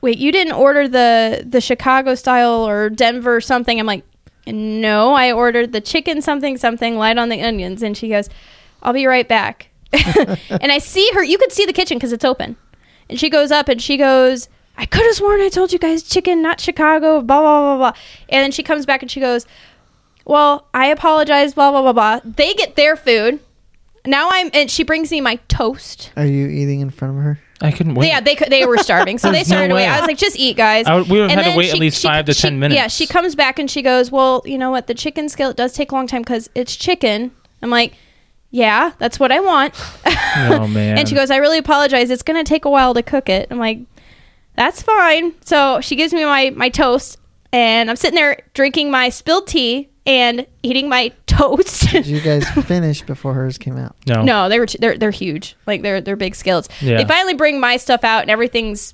Wait, you didn't order the the Chicago style or Denver something." I'm like, "No, I ordered the chicken something something light on the onions." And she goes, "I'll be right back." and I see her, you could see the kitchen cuz it's open. And she goes up and she goes, "I could have sworn I told you guys chicken, not Chicago, blah blah blah blah." And then she comes back and she goes, well, I apologize, blah, blah, blah, blah. They get their food. Now I'm, and she brings me my toast. Are you eating in front of her? I couldn't wait. Yeah, they could, they were starving, so they There's no started to wait. way. I was like, just eat, guys. I would- we would've And had to then wait at least five to she- 10 minutes. Yeah, she comes back and she goes, well, you know what? The chicken skillet does take a long time because it's chicken. I'm like, yeah, that's what I want. Oh, man. and she goes, I really apologize. It's going to take a while to cook it. I'm like, that's fine. So she gives me my, my toast, and I'm sitting there drinking my spilled tea and eating my toast. Did you guys finish before hers came out? no. No, they were t- they're they're huge. Like they're they're big skillets. Yeah. They finally bring my stuff out and everything's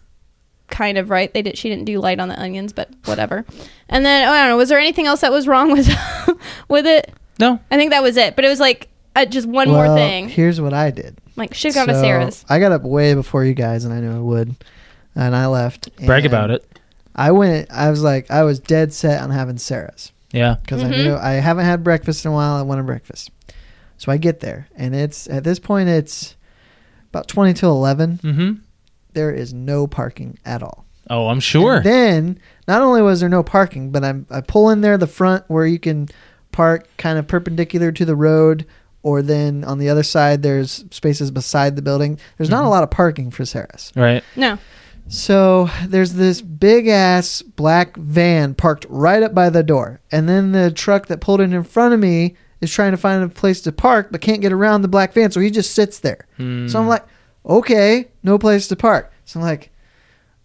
kind of right. They did she didn't do light on the onions, but whatever. And then oh, I don't know, was there anything else that was wrong with with it? No. I think that was it. But it was like uh, just one more Well, thing. Here's what I did. like should have gone to So, Sarah's. I got up way before you guys, and I knew I would. And I left. Brag and about it. I went. I was like, I was dead set on having Sarah's Yeah. because Mhm. I knew I haven't had breakfast in a while. I wanted breakfast, so I get there, and it's at this point it's about twenty till eleven. Mm-hmm. There is no parking at all. Oh, I'm sure. And then not only was there no parking, but I'm I pull in there the front where you can park kind of perpendicular to the road, or then on the other side there's spaces beside the building. There's not a lot of parking for Sarah's. right. No. So there's this big ass black van parked right up by the door, and then the truck that pulled in in front of me is trying to find a place to park but can't get around the black van, so he just sits there. Mm, So I'm like, okay, no place to park. So I'm like,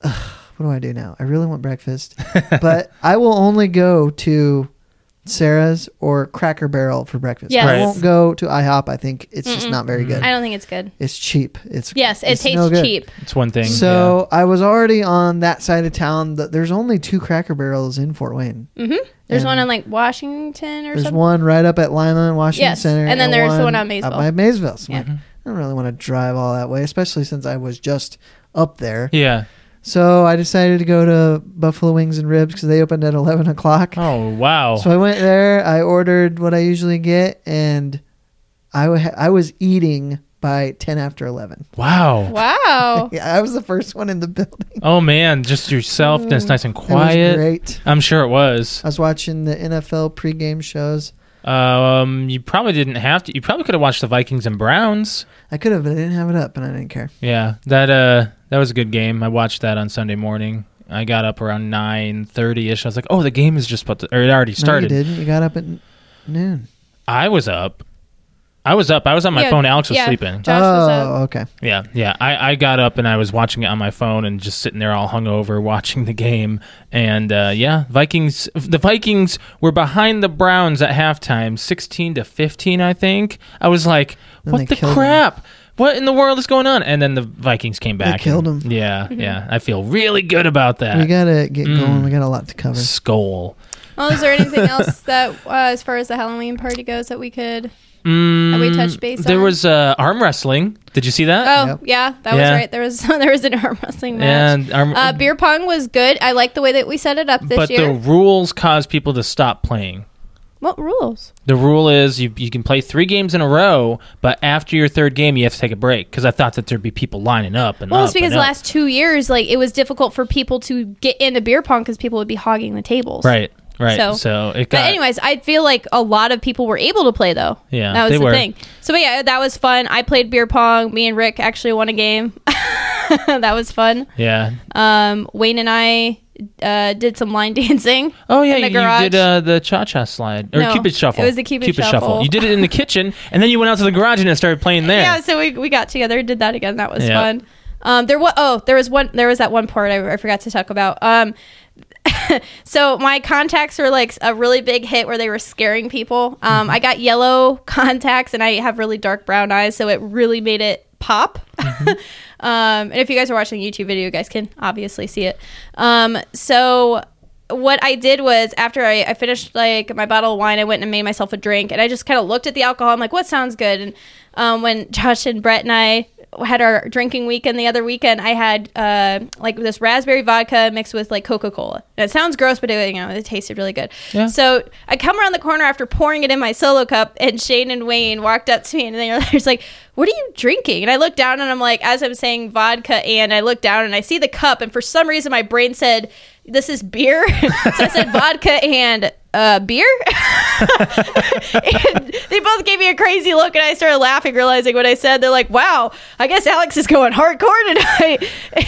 Ugh, what do I do now? I really want breakfast, but I will only go to Sarah's or Cracker Barrel for breakfast. Yes. I Right. won't go to IHOP. I think it's just Mm-mm. not very good. I don't think it's good. it's cheap. It's Yes, it uh, it's tastes no good. cheap. It's one thing. yeah. So I was already on that side of town. Th- There's only two Cracker Barrels in Fort Wayne. Mhm. There's And one on like Washington or There's something. one right up at Lima and Washington Yes, Center, and then there's the one on Maysville. Up by Maysville. So I'm Yeah. like, I don't really want to drive all that way, especially since I was just up there. Yeah. So I decided to go to Buffalo Wings and Ribs because they opened at 11 o'clock. Oh, wow. So I went there. I ordered what I usually get, and I wa- I was eating by 10 after 11. wow. Wow. Yeah, I was the first one in the building. Oh, man. Just yourself. and it's nice and It was quiet. great. I'm sure it was. I was watching the NFL pregame shows. Um, you probably didn't have to. You probably could have watched the Vikings and Browns. I could have, but I didn't have it up, and I didn't care. Yeah, that uh, that was a good game. I watched that on Sunday morning. I got up around nine thirty ish. I was like, "Oh, the game is just about to, or it already started." No, you didn't. You got up at n- noon. I was up. I was up. I was on my Yeah, phone. Alex was yeah. sleeping. Josh oh, was up. okay. Yeah, yeah. I, I got up and I was watching it on my phone and just sitting there all hungover watching the game. And uh, yeah, Vikings. The Vikings were behind the Browns at halftime, sixteen to fifteen, I think. I was like, Then they "What the killed 'em. crap? What in the world is going on?" And then the Vikings came back. killed and- 'em. Yeah, Mhm. yeah. I feel really good about that. we gotta get Mm. going. We got a lot to cover. Skull. Well, Oh, is there anything else that uh, as far as the Halloween party goes that we could Mm, Have we touched base There on- was uh, arm wrestling. Did you see that? Oh Yep. yeah, that was Yeah. right. There was there was an arm wrestling match. and arm, Oh, uh, beer pong was good. I like the way that we set it up this but year. the rules cause people to stop playing. what rules? The rule is you, you can play three games in a row, but after your third game, you have to take a break. Because I thought that there'd be people lining up and Well, up it's because and the up. last two years, like it was difficult for people to get into beer pong because people would be hogging the tables. right, right. So- So, it But got anyways, I feel like a lot of people were able to play though. Yeah, that was they the were. thing. So but yeah, that was fun. I played beer pong. Me and Rick actually won a game. that was fun. yeah. Um, Wayne and I uh, did some line dancing. Oh yeah, in the you, garage. you did uh, the cha cha slide or No, cupid shuffle. it was the Cupid Shuffle. You did it in the kitchen, and then you went out to the garage and it started playing there. Yeah, so we, we got together and did that again. That was Yeah. fun. Um, there was oh, there was one there was that one part I, I forgot to talk about. Um, so my contacts were like a really big hit where they were scaring people. Um, I got yellow contacts and I have really dark brown eyes, so it really made it pop. um, and if you guys are watching the YouTube video, you guys can obviously see it. Um, so what I did was after I, I finished like my bottle of wine, I went and made myself a drink, and I just kind of looked at the alcohol. I'm like, what sounds good? And um, when Josh and Brett and I had our drinking weekend the other weekend, I had uh, like this raspberry vodka mixed with like Coca Cola. It sounds gross, but it, you know it tasted really good. Yeah. So I come around the corner after pouring it in my solo cup, and Shane and Wayne walked up to me, and they were just like, "What are you drinking?" And I looked down, and I'm like, as I'm saying vodka, and I look down, and I see the cup, and for some reason my brain said this is beer. so I said vodka and uh, beer. and they both gave me a crazy look, and I started laughing, realizing what I said. They're like, "Wow, I guess Alex is going hardcore tonight."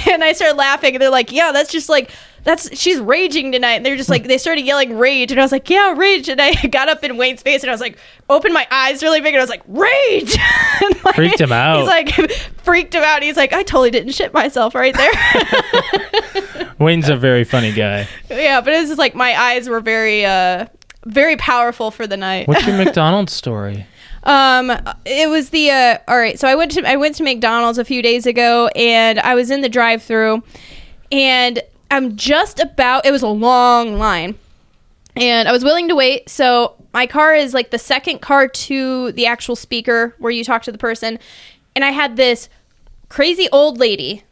and I started laughing, and they're like, "Yeah, that's just like." That's she's raging tonight. And they're just like they started yelling rage, and I was like, yeah, rage. And I got up in Wayne's face, and I was like, opened my eyes really big, and I was like, rage. And, like, Freaked him out. He's like freaked him out. He's like, I totally didn't shit myself right there. Wayne's a very funny guy. Yeah, but it's just like my eyes were very uh very powerful for the night. What's your McDonald's story? Um it was the uh all right, so I went to I went to McDonald's a few days ago and I was in the drive-through and I'm just about it was a long line. And I was willing to wait, so my car is like the second car to the actual speaker where you talk to the person. And I had this crazy old lady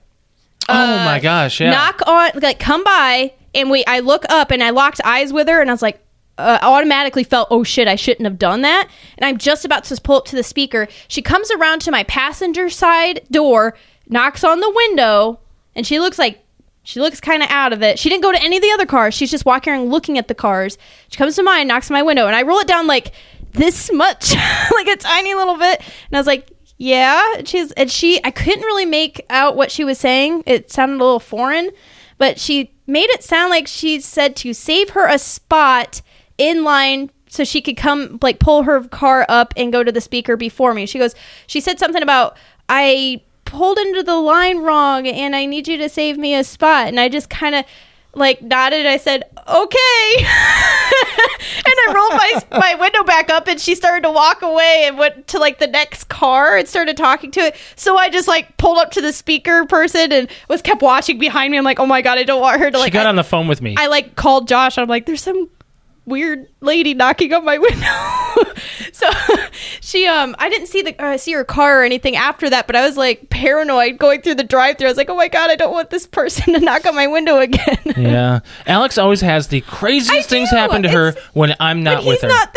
oh my gosh! Yeah. Uh, knock on like come by and we i look up and i locked eyes with her and i was like uh, I automatically felt oh shit i shouldn't have done that and i'm just about to pull up to the speaker she comes around to my passenger side door knocks on the window and she looks like she looks kind of out of it she didn't go to any of the other cars she's just walking around looking at the cars she comes to mine knocks on my window and i roll it down like this much like a tiny little bit and i was like yeah and she's and she i couldn't really make out what she was saying it sounded a little foreign but she made it sound like she said to save her a spot in line so she could come like pull her car up and go to the speaker before me she goes she said something about i pulled into the line wrong and i need you to save me a spot and i just kind of like nodded i said okay and I rolled my my window back up, and she started to walk away and went to like the next car and started talking to it. So I just like pulled up to the speaker person and was kept watching behind me. I'm like, oh my god, I don't want her to she like. got I, on the phone with me. I like called Josh. I'm like, there's some weird lady knocking on my window. so she um I didn't see the uh, see her car or anything after that, but I was like paranoid going through the drive-through. I was like, "Oh my god, I don't want this person to knock on my window again." yeah, Alex always has the craziest I things do. happen to her It's- when I'm not but with he's her. not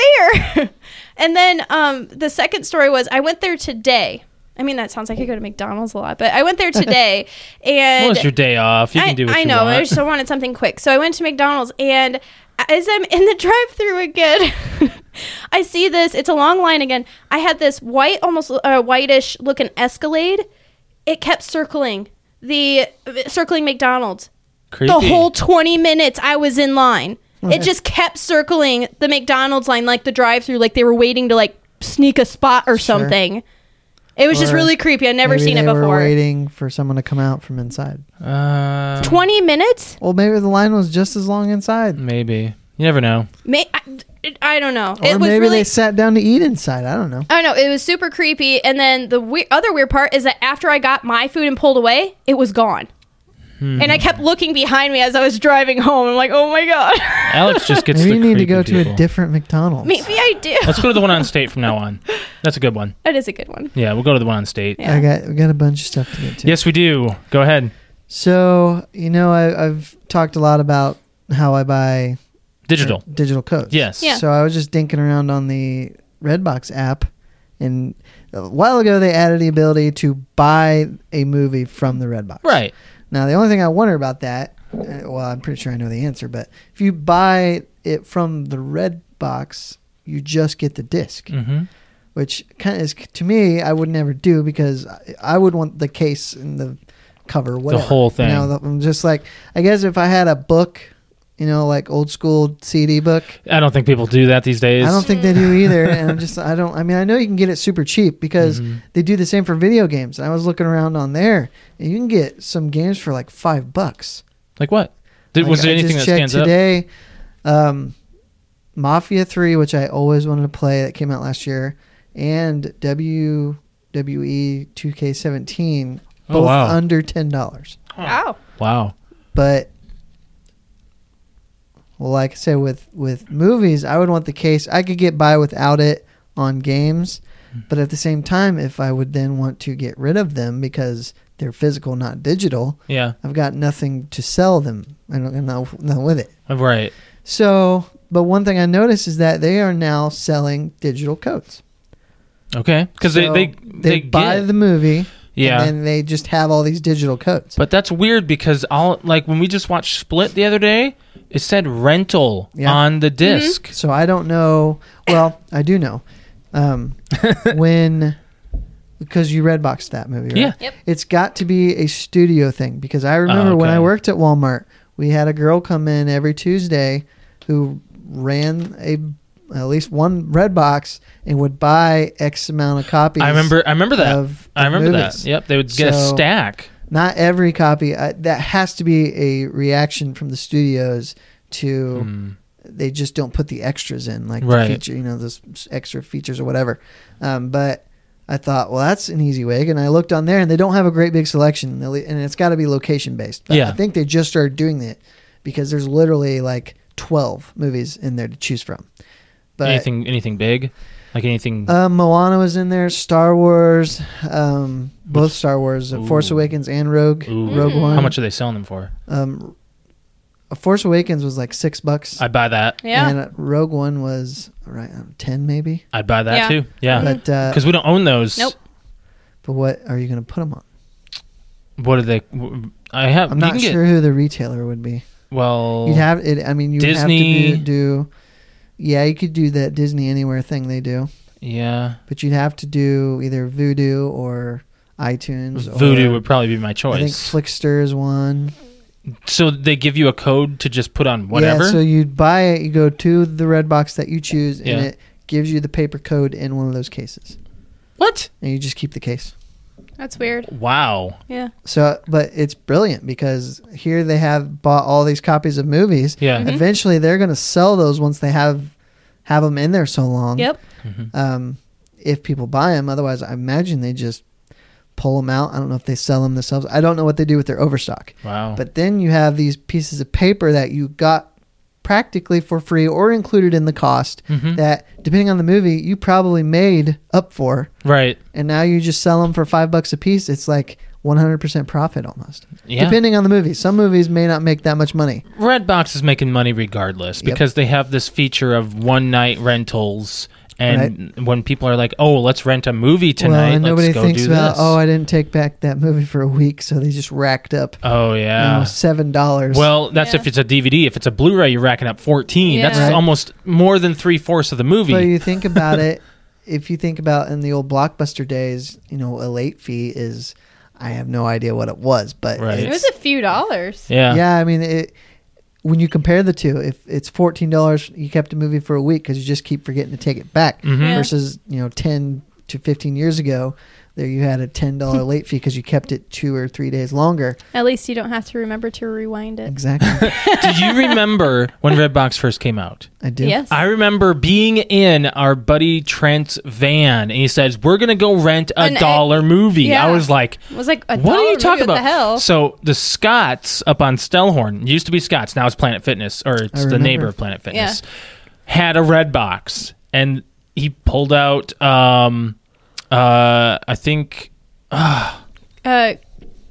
there. and then um, the second story was I went there today. I mean, that sounds like I go to McDonald's a lot, but I went there today, and Well, it's your day off. You I, can do what I you know. I want. just wanted something quick, so I went to McDonald's, and as I'm in the drive-through again, I see this. It's a long line again. I had this white, almost uh, whitish looking Escalade. It kept circling the circling McDonald's Creepy. the whole 20 minutes I was in line. It just kept circling the McDonald's line, like the drive through, like they were waiting to like sneak a spot or Sure. something. It was just Or really creepy. I'd never Maybe seen it they before. Were waiting for someone to come out from inside. Uh, 20 minutes? Well, maybe the line was just as long inside, Maybe you never know. May- I, it- I don't know. or it was maybe really. they sat down to eat inside. I don't know. I don't know. It was super creepy. And then the we- other weird part is that after I got my food and pulled away, it was gone. Hmm. And I kept looking behind me as I was driving home. I'm like, oh my God. Alex just gets. Maybe the you need to go creepy to people. a different McDonald's. Maybe I do. Let's go to the one on state from now on. That's a good one. that is a good one. Yeah, we'll go to the one on state. Yeah. I got we got a bunch of stuff to get to. Yes, we do. Go ahead. So you know, I, I've talked a lot about how I buy Digital. digital codes. Yes. Yeah. So I was just dinking around on the Redbox app, and a while ago they added the ability to buy a movie from the Redbox. Right. Now the only thing I wonder about that, uh, well, I'm pretty sure I know the answer, but if you buy it from the Redbox, you just get the disc, Mm-hmm. which kind of is to me I would never do because I, I would want the case and the cover, whatever. whole thing. You know, the- I'm just like, I guess if I had a book. You know, like old school CD book. I don't think people do that these days. I don't think they do either. And I'm just, I don't, I mean, I know you can get it super cheap because Mm-hmm. they do the same for video games. And I was looking around on there and you can get some games for like five bucks. like what? Did, Like, was there I anything that just stands checked today? Um, Mafia 3, which I always wanted to play, that came out last year, and E WWE 2K17, Oh, both wow. under $10. Wow. up? Wow. But Well, like I said, with with movies, I would want the case. I could get by without it on games, Hmm. but at the same time, if I would then want to get rid of them because they're physical, not digital, Yeah. I've got nothing to sell them. I'm not- I'm not, not with it. Right. So, but one thing I noticed is that they are now selling digital codes. Okay. Because So they, they they buy get- the movie, yeah. and then they just have all these digital codes. But that's weird because all like when we just watched Split the other day, it said rental Yeah. Mm-hmm. on the disk So I don't know. Well, I do know. Um, when because you red boxed that movie, right? Yeah. Yep. It's got to be a studio thing because I remember when Oh, okay. I worked at Walmart, we had a girl come in every Tuesday who ran a at least one red box and would buy X amount of copies. I remember. I remember that. of I the remember movies. that. Yep. They would get So- a stack. Not every copy. I, that has to be a reaction from the studios to Mm. they just don't put the extras in, like Right. the feature, you know, those extra features or whatever. Um, but I thought, well, that's an easy way. And I looked on there, and they don't have a great big selection, They'll- e, and it's got to be location based. But Yeah. I think they just started doing it because there's literally like 12 movies in there to choose from. But anything. Anything big. Like anything. um, Moana was in there, Star Wars, um, both Star Wars, uh, Force Ooh. Awakens and Rogue Ooh. mm-hmm. Rogue One. How much are they selling them for? Um, Force Awakens was like six bucks. I would buy that. Yeah. And uh, Rogue One was right um, ten maybe. I'd buy that Yeah. too. Yeah. But uh, Because we don't own those. Nope. but what are you going to put them on? What are they? w- I have. I'm Um, you not can get- sure who the retailer would be. well, You'd have it. I mean, you would have to Disney. do, do. Yeah, you could do that Disney Anywhere thing they do, yeah. but you'd have to do either Voodoo or iTunes. Voodoo or, would probably be my I think choice. Flickster is one. so they give you a code to just put on whatever. Yeah, so you buy it, you go to the red box that you choose, and Yeah. it gives you the paper code in one of those cases, what? and you just keep the case. That's weird. Wow. Yeah. So, but it's brilliant because here they have bought all these copies of movies. Yeah. Mhm. Eventually, they're going to sell those once they have have them in there so long. Yep. Um, if people buy them, otherwise, I imagine they just pull them out. I don't know if they sell them themselves. I don't know what they do with their overstock. Wow. But then you have these pieces of paper that you got practically for free or included in the cost Mhm. that, depending on the movie, you probably made up for. right. And now you just sell them for five bucks a piece. It's like 100% profit almost Yeah. depending on the movie. Some movies may not make that much money. Redbox is making money regardless Yep. because they have this feature of one night rentals. And when people are like, "Oh, let's rent a movie well, tonight," and let's nobody go thinks do about, this. oh, I didn't take back that movie for a week, so they just racked up oh you yeah. know, seven dollars. Well, that's Yeah. if it's a DVD. If it's a Blu-ray, you're racking up 14. That's Yeah. Right. almost more than three fourths of the movie. but you think about it, if you think about in the old blockbuster days, you know, a late fee is, I have no idea what it was, but Right. It it's- was a few dollars. yeah. yeah, I mean it. When you compare the two, if it's fourteen dollars, you kept a movie for a week because you just keep forgetting to take it back. Mhm. Yeah. Versus, you know, ten to fifteen years ago, there you had a ten dollar late fee because you kept it two or three days longer. At least you don't have to remember to rewind it. Exactly, Do you remember when Redbox first came out? I do. Yes. I remember being in our buddy Trent's van, and he says, "We're gonna go rent a An egg- dollar movie." Yeah. I was like, It was like a "What dollar are you movie, talking about?" What the hell? So the Scots up on Stellhorn used to be Scots, now it's Planet Fitness, or it's the remember. neighbor of Planet Fitness. Had a red box, and he pulled out. Um, uh, I think, Uh,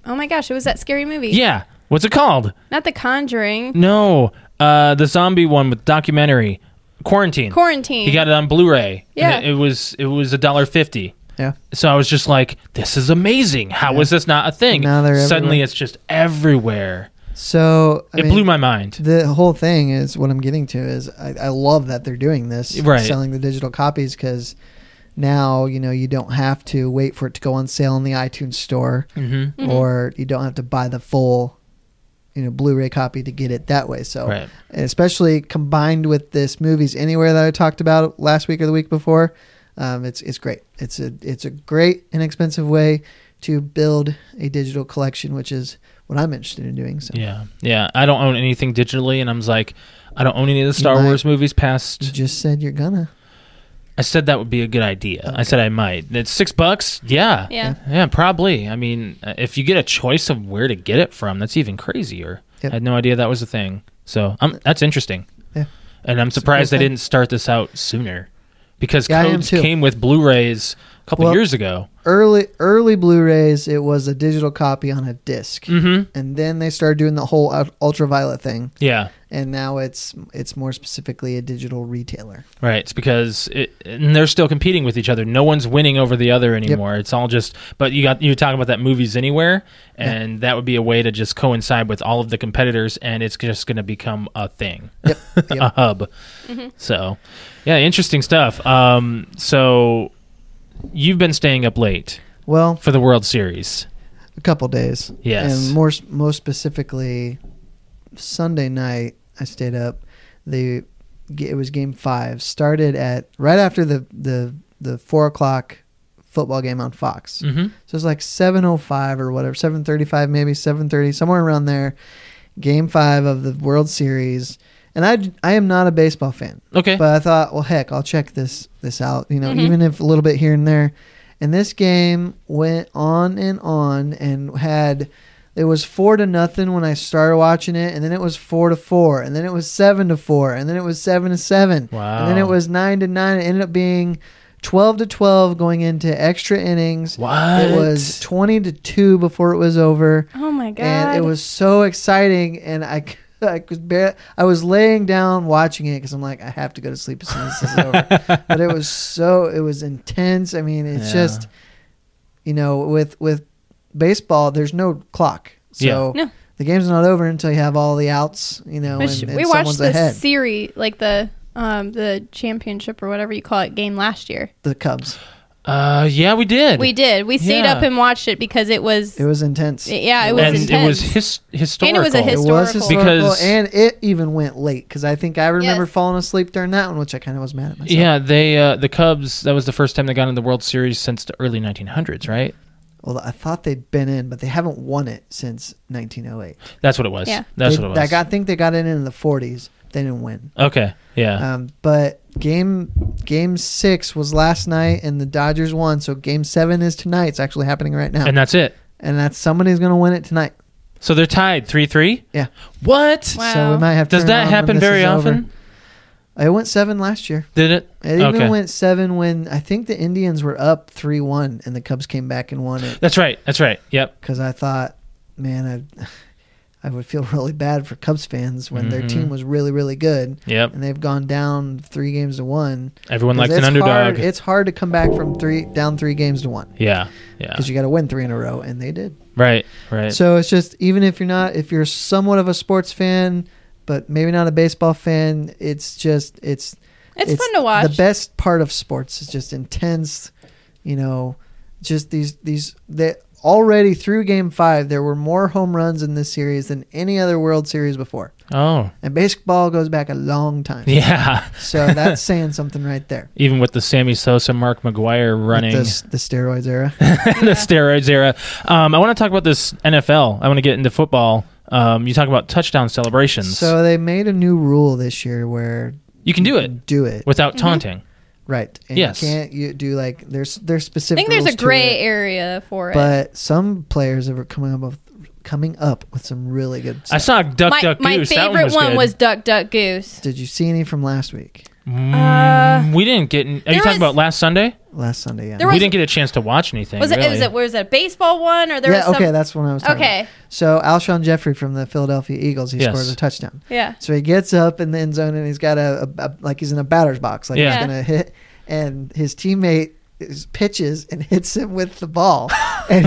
oh my gosh, it was that scary movie. yeah. What's it called? Not The Conjuring. No, uh, the zombie one with documentary, Quarantine. Quarantine. He got it on Blu-ray. and Yeah. it, it was it was a dollar fifty. Yeah. So I was just like, "This is amazing! How is Yeah. this not a thing?" Now they're Suddenly, everywhere. it's just everywhere. So I it mean, blew my mind. The whole thing is what I'm getting to is I, I love that they're doing this, Right. Selling the digital copies because now you know you don't have to wait for it to go on sale in the iTunes store. Mm-hmm. or you don't have to buy the full you know blu-ray copy to get it that way so Right. and especially combined with this movies anywhere that i talked about last week or the week before um, it's it's great it's a it's a great inexpensive way to build a digital collection which is what i'm interested in doing so Yeah, yeah. I don't own anything digitally, and I'm like, I don't own any of the Star might- Wars movies. you Past, just said you're gonna I said that would be a good idea. I said I might. It's six bucks. Yeah, Yeah. yeah. Probably. I mean, uh, if you get a choice of where to get it from, that's even crazier. Yep. I had no idea that was a thing. So, um, that's interesting. and I'm surprised they thing. didn't start this out sooner because Yeah, I am codes too. came with Blu-rays a couple Well- years ago. Early early Blu-rays, it was a digital copy on a disk Mm-hmm. and then they started doing the whole ul- ultraviolet thing Yeah, and now it's it's more specifically a digital retailer right. It's because it, and they're still competing with each other. No one's winning over the other anymore. It's all just. But you got you talking about that movies anywhere, and that would be a way to just coincide with all of the competitors, and it's just going to become a thing. yep, a yep. hub. Mm-hmm. So, yeah, interesting stuff. Um, so you've been staying up late well for the World Series. a couple days Yes. and more s- most specifically sunday night i stayed up the it was game five started at right after the the the four o'clock football game on fox Mm-hmm. So it's like 7:05 or whatever, 7:35 maybe, 7:30 somewhere around there. Game 5 of the World Series. And I I am not a baseball fan, Okay. but I thought, well heck, I'll check this this out, you know, even if a little bit here and there. And this game went on and on and had it was 4 to nothing when I started watching it, and then it was 4 to 4, and then it was 7 to 4, and then it was 7 to 7. wow. And then it was 9 to 9, it ended up being 12 to 12 going into extra innings. what It was 20 to 2 before it was over. Oh my god! And it was so exciting. And I, c- I, was, bar- I was laying down watching it because I'm like, I have to go to sleep as soon as this is over. But it was so, it was intense. I mean, it's Yeah. just, you know, with, with baseball, there's no clock. So Yeah. No. the game's not over until you have all the outs, you know, Which and, and we watched someone's the ahead. series, like the um the championship or whatever you call it, game last year. the Cubs. Uh, yeah, we did. We did. We stayed Yeah. up and watched it because it was. It was intense. yeah, it was and intense. it was his- historical. And it was a his- It was historical. historical, Because- and it even went late because I think I remember Yes. falling asleep during that one, which I kind of was mad at myself. yeah, they uh, the Cubs. That was the first time they got in the World Series since the early 1900s, right? Well, I thought they'd been in, but they haven't won it since 1908. That's what it was. Yeah. That's They- what it was. I got- think they got in in the 40s. They didn't win. okay. Yeah. Um, but game game six was last night, and the Dodgers won. So game seven is tonight. It's actually happening right now, and that's it. and that's somebody's going to win it tonight. So they're tied three three. Yeah. What? Wow. So we might have. to Does turn it that on when happen this very is over. often? It went seven last year. Did it? It even Okay. went seven when I think the Indians were up three one, and the Cubs came back and won it. That's right. That's right. Yep. because I thought, man, I, I would feel really bad for Cubs fans when their Mhm. team was really, really good Yep. and they've gone down three games to one. Everyone 'Cause likes an it's underdog. Hard, it's hard to come back from three down three games to one yeah. Yeah. because you got to win three in a row, and they did. Right. Right. So it's just even if you're not, if you're somewhat of a sports fan, but maybe not a baseball fan, it's just it's it's, fun to watch. the best part of sports is just intense, you know, just these these that already through game 5 there were more home runs in this series than any other World Series before. oh. And baseball goes back a long time. Yeah. So that's saying something right there. Even with the Sammy Sosa, Mark McGuire running the, s- the steroids era. the steroids era. Um, I want to talk about this NFL. I want to get into football. Um, you talk about touchdown celebrations. so they made a new rule this year where you can do it do it. without Mm-hmm. taunting. Right. And Yes. you can't you do like there's there's I specific think there's rules a to gray it, area for it. But some players are coming up with coming up with some really good I stuff. saw Duck my, Duck my Goose. that favorite one was, one good. was Duck Duck Goose. Did you see any from last week? Mm, we didn't get. In, are uh, there you talking was- about last Sunday? Last Sunday, yeah. There we was- didn't get a chance to watch anything. Was it, really. was it was it a baseball one or there yeah, was some okay, that's what I was talking Okay. about. So Alshon Jeffrey from the Philadelphia Eagles, he Yes. scores a touchdown. Yeah. So he gets up in the end zone and he's got a, a, a- like he's in a batter's box, like Yeah. he's gonna hit, and his teammate is pitches and hits him with the ball, and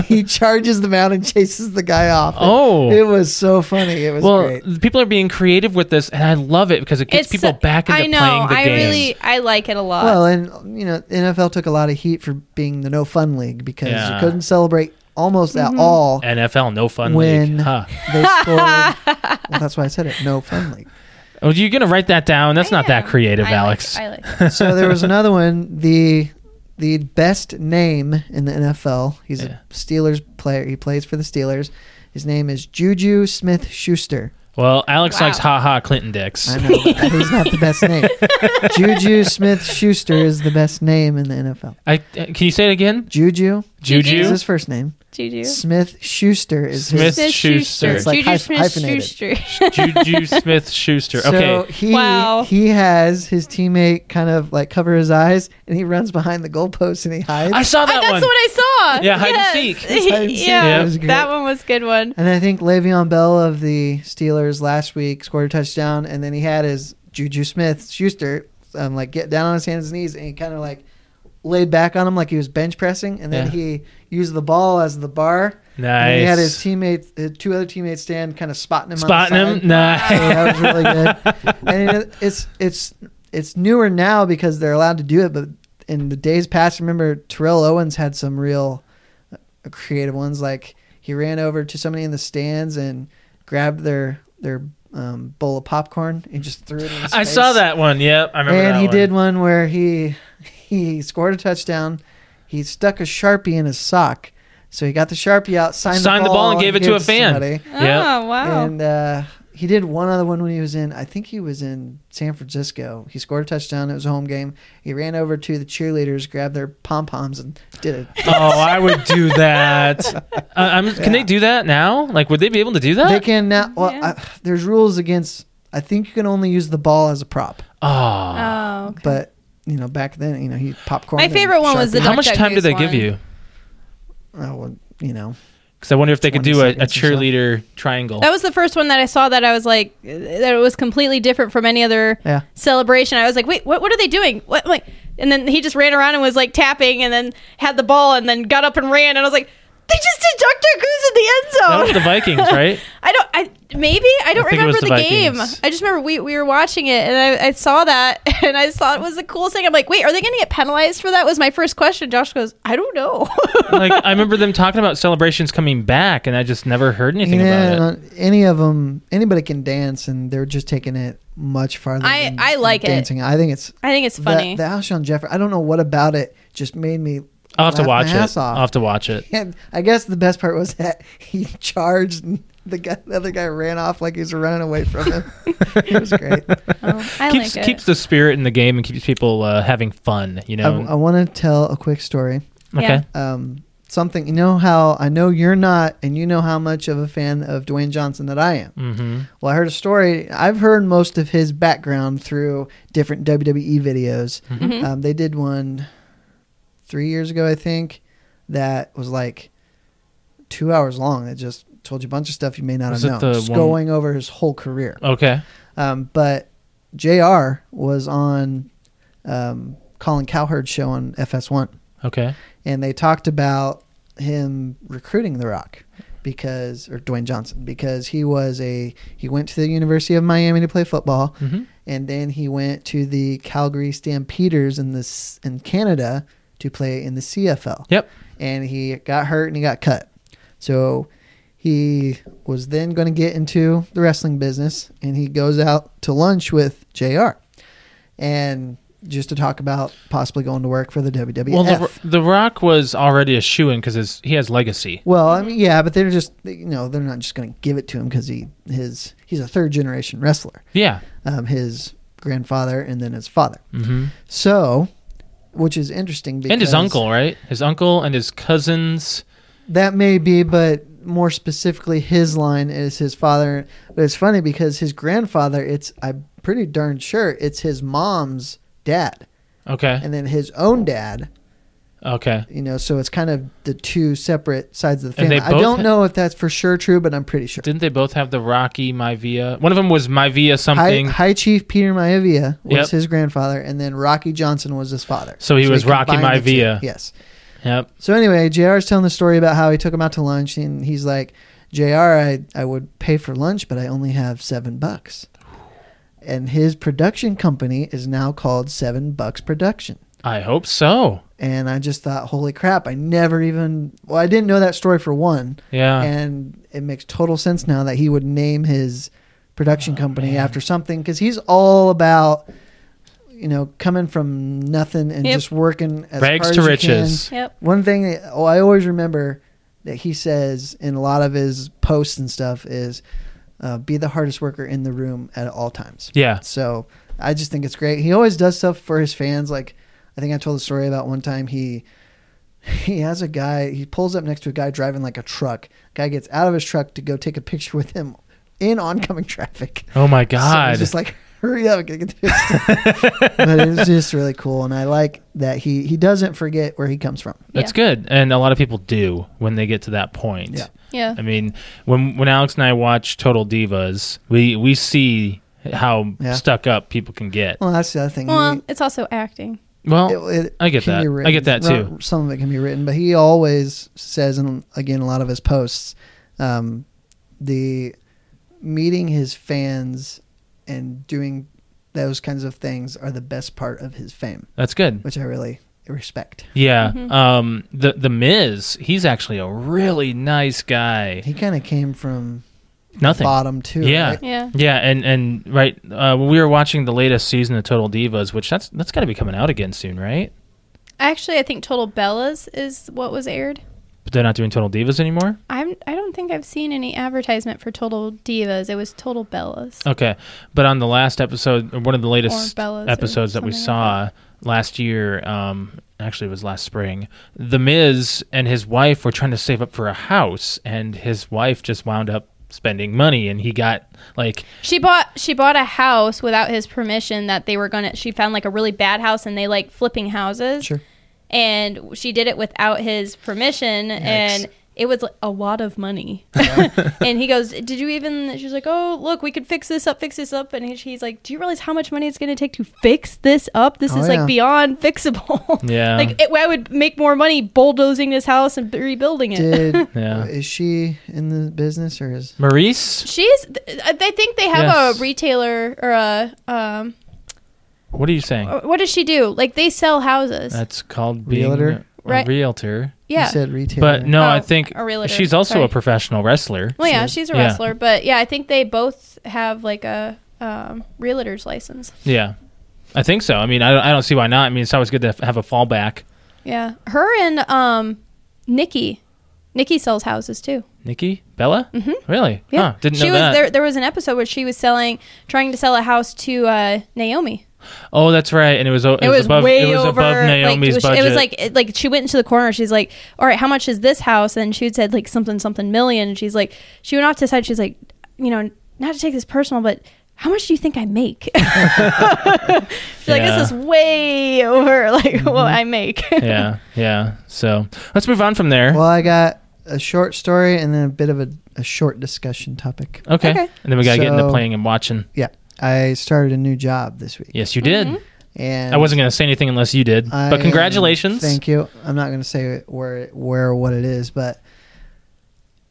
he charges the mound and chases the guy off. And Oh. it was so funny. It was well, great. people are being creative with this, and I love it because it gets people back into I know. playing the I game. really I like it a lot. Well, and you know, NFL took a lot of heat for being the no fun league because Yeah. you couldn't celebrate almost Mm-hmm. at all NFL, no fun when league. Huh. they scored. well, that's why I said it. No fun league. Oh, you're gonna write that down. That's not that Yeah. creative, I like- Alex. I like. So there was another one. The the best name in the NFL. He's Yeah. a Steelers player. He plays for the Steelers. His name is Juju Smith Schuster. well, Alex Wow. likes haha Clinton dicks. I know he's not the best name. Juju Smith Schuster is the best name in the NFL. I, uh, can you say it again? Juju Juju. is his first name. Juju. Smith Schuster is Smith his. Smith Schuster. It's like Juju hyph- Smith hyphenated. Schuster. Juju Smith Schuster. So Okay. he Wow. he has his teammate kind of like cover his eyes, and he runs behind the goalpost and he hides. I saw I, that that's one. what I saw. Yeah, hide and seek. Yes. Hide and seek. yeah, That was great. that one was a good one. and I think Le'Veon Bell of the Steelers last week scored a touchdown, and then he had his Juju Smith Schuster um, like get down on his hands and knees, and he kind of like laid back on him like he was bench pressing, and then Yeah. he used the ball as the bar. And nice. then he had his teammates, his two other teammates, stand kind of spotting him, Spotting on the him. side. Nice. So Oh, that was really good. and it, it's it's it's newer now because they're allowed to do it. But in the days past, remember Terrell Owens had some real uh, creative ones. Like he ran over to somebody in the stands and grabbed their their um, bowl of popcorn and just threw it. In his I face. saw that one. Yep, I remember And that he one. did one where he he scored a touchdown. He stuck a sharpie in his sock, so he got the sharpie out, signed, Signed the, ball, and gave it to a fan. somebody. Yeah. Oh wow. And uh, he did one other one when he was in, I think he was in San Francisco. He scored a touchdown. It was a home game. He ran over to the cheerleaders, grabbed their pom poms, and did it. oh, I would do that. Uh, I'm, Can they do that now? Like, would they be able to do that? They can now. Well, Yeah. I, there's rules against. I think you can only use the ball as a prop, oh, oh, okay. but you know back then, you know he popcorn. My and favorite one was the Sharpie. how Duck much Duck time did Goose they give one. you? Oh, well, you know, Because I wonder if they could 20 do a, a seconds or so. cheerleader triangle. That was the first one that I saw that I was like, uh, that it was completely different from any other Yeah. celebration. I was like, wait, what? What are they doing? What? Like, and then he just ran around and was like tapping, and then had the ball, and then got up and ran, and I was like, they just did Doctor Goose in the end zone. That was the Vikings, right? I don't. I maybe I don't I think it was remember the the, game. Vikings. I just remember we, we were watching it, and I, I saw that, and I thought it was the coolest thing. I'm like, wait, are they going to get penalized for that? Was my first question. Josh goes, I don't know. like I remember them talking about celebrations coming back, and I just never heard anything about yeah, it. and on- any of them, anybody can dance, and they're just taking it much farther. I- than- I than like it. dancing. I think it's I think it's the- funny. The, Alshon Jeffrey. I don't know what about it just made me. I'll have to watch laugh my it. ass off. I'll have to watch it. And I guess the best part was that he charged, and the guy, the other guy, ran off like he was running away from him. it was great. Oh, I keeps like it. keeps the spirit in the game and keeps people uh, having fun. You I, know. want to tell a quick story. okay. Yeah. Um, something you know how I know you're not, and you know how much of a fan of Dwayne Johnson that I am. Mm-hmm. Well, I heard a story. I've heard most of his background through different WWE videos. Mhm. Um, they did one three years ago, I think, that was like two hours long. That just told you a bunch of stuff you may not Was it have known. the Just one- going over his whole career. Okay. Um, but JR was on um, Colin Cowherd's show on FS1 Okay. and they talked about him recruiting The Rock because or Dwayne Johnson because he was a he went to the University of Miami to play football Mm-hmm. and then he went to the Calgary Stampeders in this in Canada to play in the CFL. Yep. And he got hurt and he got cut. So he was then going to get into the wrestling business and he goes out to lunch with JR. And just to talk about possibly going to work for the WWF. Well, the, the Rock was already a shoe in because he has legacy. Well, I mean, yeah, but they're just you know they're not just going to give it to him because he his he's a third generation wrestler. Yeah. Um, his grandfather and then his father. Mm-hmm. So, which is interesting because And his uncle, right? His uncle and his cousins. That may be, but more specifically, his line is his father. But it's funny because his grandfather, it's I'm pretty darn sure it's his mom's dad, Okay. and then his own dad. Okay. You know, so it's kind of the two separate sides of the And they family. I both don't ha- know if that's for sure true, but I'm pretty sure. Didn't they both have the Rocky Maivia? One of them was Maivia something. High, High Chief Peter Maivia was Yep. his grandfather, and then Rocky Johnson was his father. So he was Rocky combined the two. Maivia. Yes. Yep. So anyway, JR's telling the story about how he took him out to lunch, and he's like, JR, I, I would pay for lunch, but I only have seven bucks. And his production company is now called Seven Bucks Production. I hope so. And I just thought, holy crap, I never even, well, I didn't know that story for one. Yeah. and it makes total sense now that he would name his Oh, production company after something because he's all about you know coming from nothing and Yep. just working as Rags hard to as you riches. Yep. can. One thing that, oh, I always remember that he says in a lot of his posts and stuff is uh, be the hardest worker in the room at all times. Yeah. So I just think it's great. He always does stuff for his fans. Like I think I told the story about one time he he has a guy he pulls up next to a guy driving like a truck guy gets out of his truck to go take a picture with him in oncoming traffic Oh my So god. he's just like hurry up get the but it's just really cool and i like that he he doesn't forget where he comes from That's Yeah. good. And a lot of people do when they get to that point. Yeah. Yeah. I mean, when when Alex and I watch Total Divas, we we see how Yeah. stuck up people can get. well that's the other thing Well, He- it's also acting. Well, it- it I get can that. be I written. get that Ro- too. some of it can be written but he always says and again a lot of his posts um the meeting his fans and doing those kinds of things are the best part of his fame that's good. which i really respect Yeah. Mm-hmm. Um the the Miz, he's actually a really nice guy. he kind of came from Nothing. bottom too Yeah. right? Yeah. Yeah, and and right uh, when we were watching the latest season of Total Divas, which that's that's got to be coming out again soon, right? Actually, I think Total Bellas is what was aired. But they're not doing Total Divas anymore. I'm. I don't think I've seen any advertisement for Total Divas. It was Total Bellas. Okay, but on the last episode, or one of the latest Bella's or episodes that we something saw like last year, um, actually it was last spring, the Miz and his wife were trying to save up for a house, and his wife just wound up spending money, and he got like, She bought. She bought a house without his permission. That they were gonna. She found like a really bad house, and they like flipping houses. Sure. And she did it without his permission, and it was like, a lot of money. and he goes, "Did you even?" She's like, "Oh, look, we could fix this up, fix this up." And he, he's like, "Do you realize how much money it's going to take to fix this up? This Oh, is yeah. like beyond fixable." Yeah. like it, I would make more money bulldozing this house and rebuilding it. did Yeah. is she in the business or is Maurice, She's. th- I think they have Yes. a retailer or a. Um, what are you saying? uh, what does she do? Like they sell houses. That's called being Realtor? a Right. realtor. yeah. you said retail But no, Oh, I think a realtor, she's also sorry. a professional wrestler. well, yeah, said- she's a Yeah. wrestler, but yeah, I think they both have like a um, realtor's license. Yeah, I think so. I mean, I don't, I don't see why not. I mean, it's always good to f- have a fallback. Yeah, her and um, Nikki. Nikki sells houses too. Nikki Bella, mm-hmm. really? Yeah, Huh, didn't she know was that. there. There was an episode where she was selling, trying to sell a house to uh, Naomi. Oh, that's right. And it was o- it, It, was, was, above way it was over. above Naomi's like, it was, budget. It was like it, like she went into the corner. She's like, "All right, how much is this house?" And she had said like something something million. And she's like, she went off to the side. She's like, you know, not to take this personal, but how much do you think I make? she's like, Yeah. Mm-hmm. this is way over like what I make. yeah, yeah. So let's move on from there. well i got a short story and then a bit of a, a short discussion topic okay. okay. and then we gotta get into So- playing and watching. Yeah, I started a new job this week. Yes, you did. Mm-hmm. and I wasn't gonna say anything unless you did. I but am- congratulations. thank you. I'm not going to say where, where, or what it is, but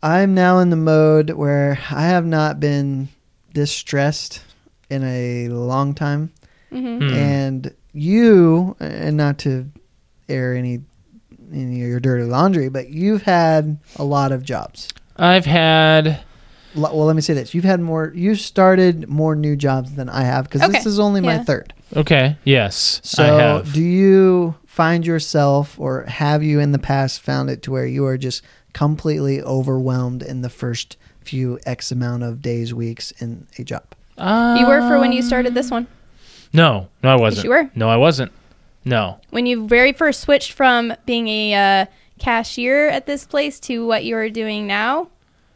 I'm now in the mode where I have not been this stressed in a long time, hmm Hmm. and you, and not to air any any of your dirty laundry, but you've had a lot of jobs. I've had Lo- Well, let me say this: you've had more. You started more new jobs than I have because this Okay. is only my Yeah. third. okay. Yes, I So, have. do you find yourself, or have you in the past found it to where you are just completely overwhelmed in the first few X amount of days, weeks in a job? Uh, You were for when you started this one. No, no, I wasn't. you were. No, I wasn't. No. when you very first switched from being a uh, cashier at this place to what you are doing now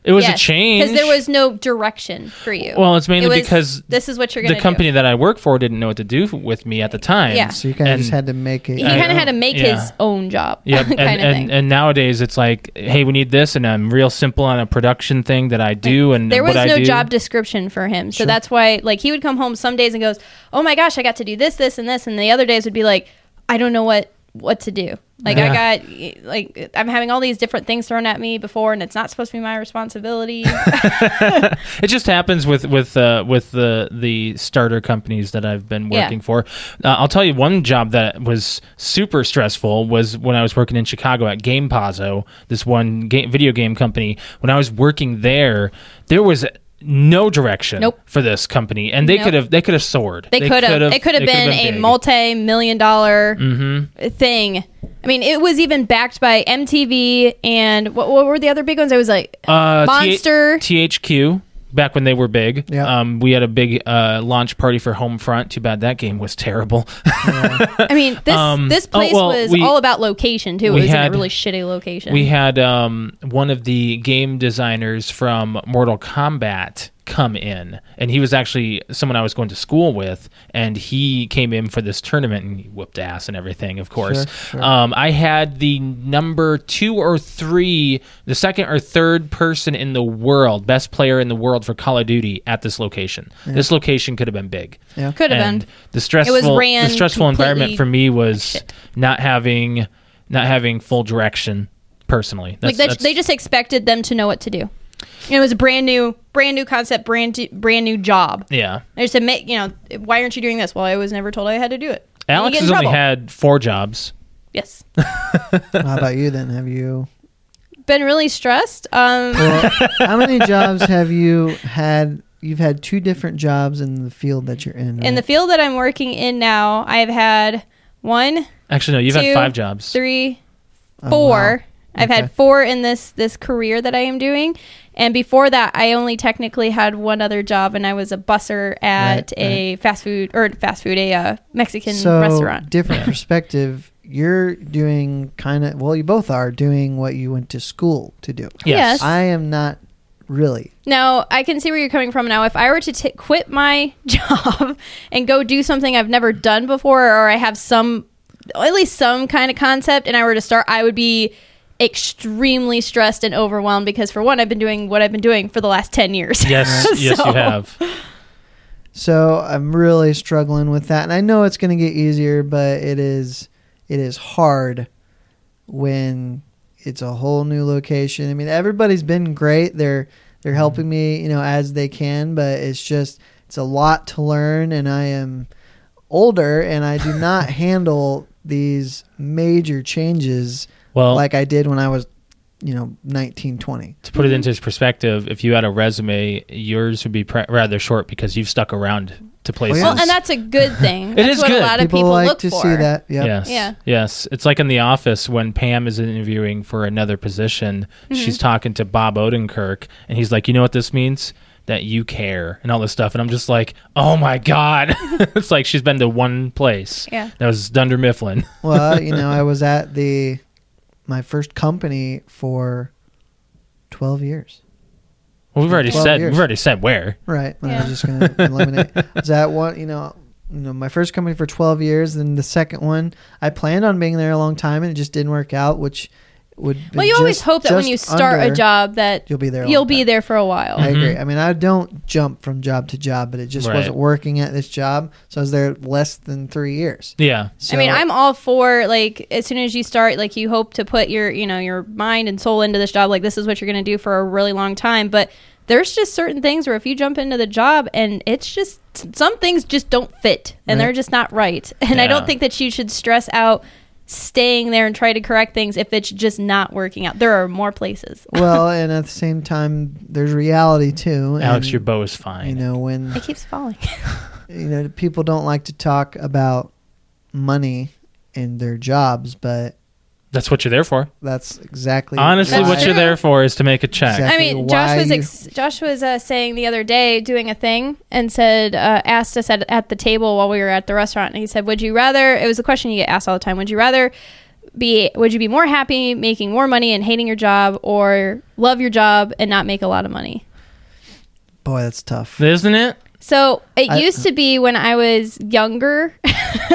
It was a Yes, change. because there was no direction for you Well, it's mainly It was, because this is what you're gonna the company that I work for didn't know what to do f- with me at the time. Yeah. So you kind of And- just had to make it. do. he I- kind of had to make yeah. his own job Yeah, and, kind and, of thing and nowadays it's like, hey, we need this, and I'm real simple on a production thing that I do, and there was what I no do. job description for him so Sure. that's why like he would come home some days and goes oh my gosh i got to do this this and this and the other days would be like i don't know what what to do like Yeah. i got like i'm having all these different things thrown at me before and it's not supposed to be my responsibility It just happens with with uh, with the the starter companies that I've been Yeah. working for. Uh, I'll tell you one job that was super stressful was when I was working in Chicago at Game Pazo, this one game, video game company. When I was working there, there was no direction Nope. for this company, and they Nope. could have they could have soared. They could have. It could have they been, a big. Mm-hmm. multi-million dollar thing. I mean, it was even backed by MTV and what, what were the other big ones? It was like uh, T- Monster. THQ back when they were big. Yeah. Um, we had a big uh, launch party for Homefront. Too bad that game was terrible. I mean, this Um, this oh, place well, was we- all about location too. It we was in had- a really shitty location. we had um, one of the game designers from Mortal Kombat come in, and he was actually someone I was going to school with, and he came in for this tournament and he whooped ass and everything. Of course, Sure, sure. Um, I had the number two or three, the second or third person in the world, best player in the world for Call of Duty at this location. This location could have been big. Yeah. could have And been. the stressful ran the stressful completely environment for me was shit. not having not having full direction personally that's, like that's- they, they just expected them to know what to do. And it was a brand new, brand new concept, brand new, brand new job. yeah I just admit, you know, why aren't you doing this? Well, I was never told I had to do it. And you alex get in has only trouble. had four jobs yes, How about you then? Have you? been really stressed. Um, Well, how many jobs have you had? You've had two different jobs in the field that you're in. in the right? field that I'm working in now, I've had one, actually no you've Two, had five jobs three, Oh, wow. four. I've Okay. had four in this this career that I am doing, and before that, I only technically had one other job, and I was a busser at Right, a fast food or fast food a uh, Mexican so restaurant. different Yeah. perspective. You're doing kind of well. You both are doing what you went to school to do. Yes. I am not really. Now I can see where you're coming from. Now, if I were to t- quit my job and go do something I've never done before, or I have some, at least some kind of concept, and I were to start, I would be extremely stressed and overwhelmed because, for one, I've been doing what I've been doing for the last ten years. yes yes So- you have So I'm really struggling with that, and I know it's going to get easier, but it is it is hard when it's a whole new location. I mean, everybody's been great. They're they're helping me, you know, as they can, but it's just it's a lot to learn, and I am older, and I do not handle these major changes well like I did when I was, you know, 19, 20. to put it into perspective if you had a resume yours would be pre- rather short because you've stuck around to places Well, and that's a good thing. It that's is what good. a lot of people, like look to for. see that. Yep. Yes. Yeah. Yes. It's like in The Office when Pam is interviewing for another position. Mm-hmm. She's talking to Bob Odenkirk, and he's like, "You know what this means? That you care and all this stuff." And I'm just like, "Oh my god!" it's like she's been to one place. Yeah. That was Dunder Mifflin. well, you know, I was at the my first company for twelve years. Well, we've already Twelve said years. we've already said where. Right. When I Yeah. was just gonna eliminate. Was that one you know you know, my first company for twelve years, then the second one I planned on being there a long time and it just didn't work out, which would be Well, you always just- hope that when just you start under, a job that you'll be there a you'll long be time. there for a while. I agree. I mean, I don't jump from job to job, but it just Mm-hmm. Right. wasn't working at this job, so I was there less than three years. Yeah. So, I mean, I'm all for like as soon as you start, like you hope to put your you know your mind and soul into this job. Like this is what you're going to do for a really long time. But there's just certain things where if you jump into the job and it's just some things just don't fit and Right. they're just not right. And I Yeah. don't think that you should stress out staying there and try to correct things if it's just not working out. There are more places. well, and at the same time, there's reality too. Alex, and, your bow is you fine. know when It keeps falling. you know people don't like to talk about money and their jobs but That's what you're there for. that's exactly Honestly, That's what why- you're there for is to make a check. Exactly. I mean, Josh why was you- ex- Josh was uh, saying the other day, doing a thing, and said, uh, asked us at, at the table while we were at the restaurant, and he said, "Would you rather?" It was a question you get asked all the time. Would you rather be? Would you be more happy making more money and hating your job, or love your job and not make a lot of money? boy that's tough Isn't it? So it I- used to be when I was younger,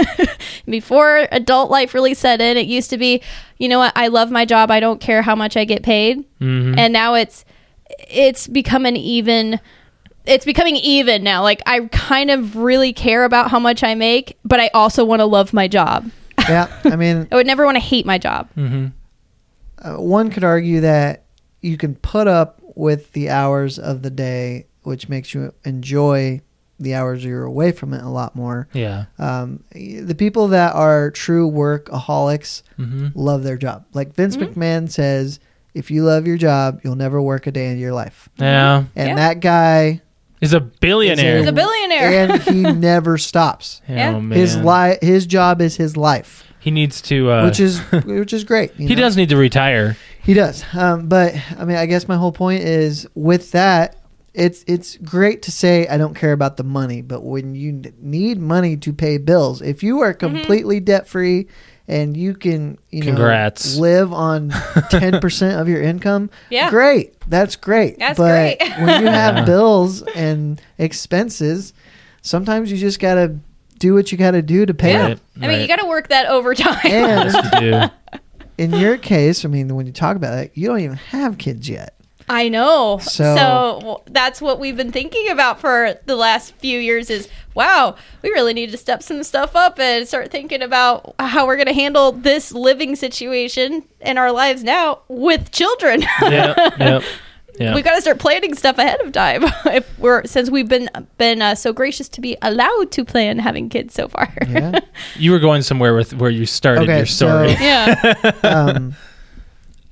before adult life really set in. It used to be, you know what? I love my job. I don't care how much I get paid hmm and now it's it's become an even it's becoming even now like i kind of really care about how much i make but i also want to love my job yeah i mean i would never want to hate my job hmm uh, one could argue that you can put up with the hours of the day which makes you enjoy the hours you're away from it a lot more Yeah. um, the people that are true workaholics hmm Mm-hmm. love their job like vince mcmahon says if you love your job you'll never work a day in your life Yeah. and Yeah. that guy He's a he's billionaire. a billionaire and he never stops. Yeah. Oh, man. His li- his job is his life, He needs to. Uh, which is which is great. you he know? does need to retire. He does. Um, but I mean, I guess my whole point is with that, it's it's great to say I don't care about the money, but when you n- need money to pay bills, if you are Mm-hmm. completely debt free and you can you Congrats. know live on ten percent of your income, Yeah. great, that's great. That's great. but when you have Yeah. bills and expenses, sometimes you just gotta do what you gotta do to pay Right, them. I mean, you right. got to work that overtime. And Yes, you do. in your case, I mean, when you talk about that, you don't even have kids yet. I know. So- So, well, that's what we've been thinking about for the last few years is wow, we really need to step some stuff up and start thinking about how we're going to handle this living situation in our lives now with children. yep, yep, yep. We've got to start planning stuff ahead of time if we're since we've been been uh, so gracious to be allowed to plan having kids so far. Yeah. you were going somewhere with where you started Okay, your story. so- yeah. um,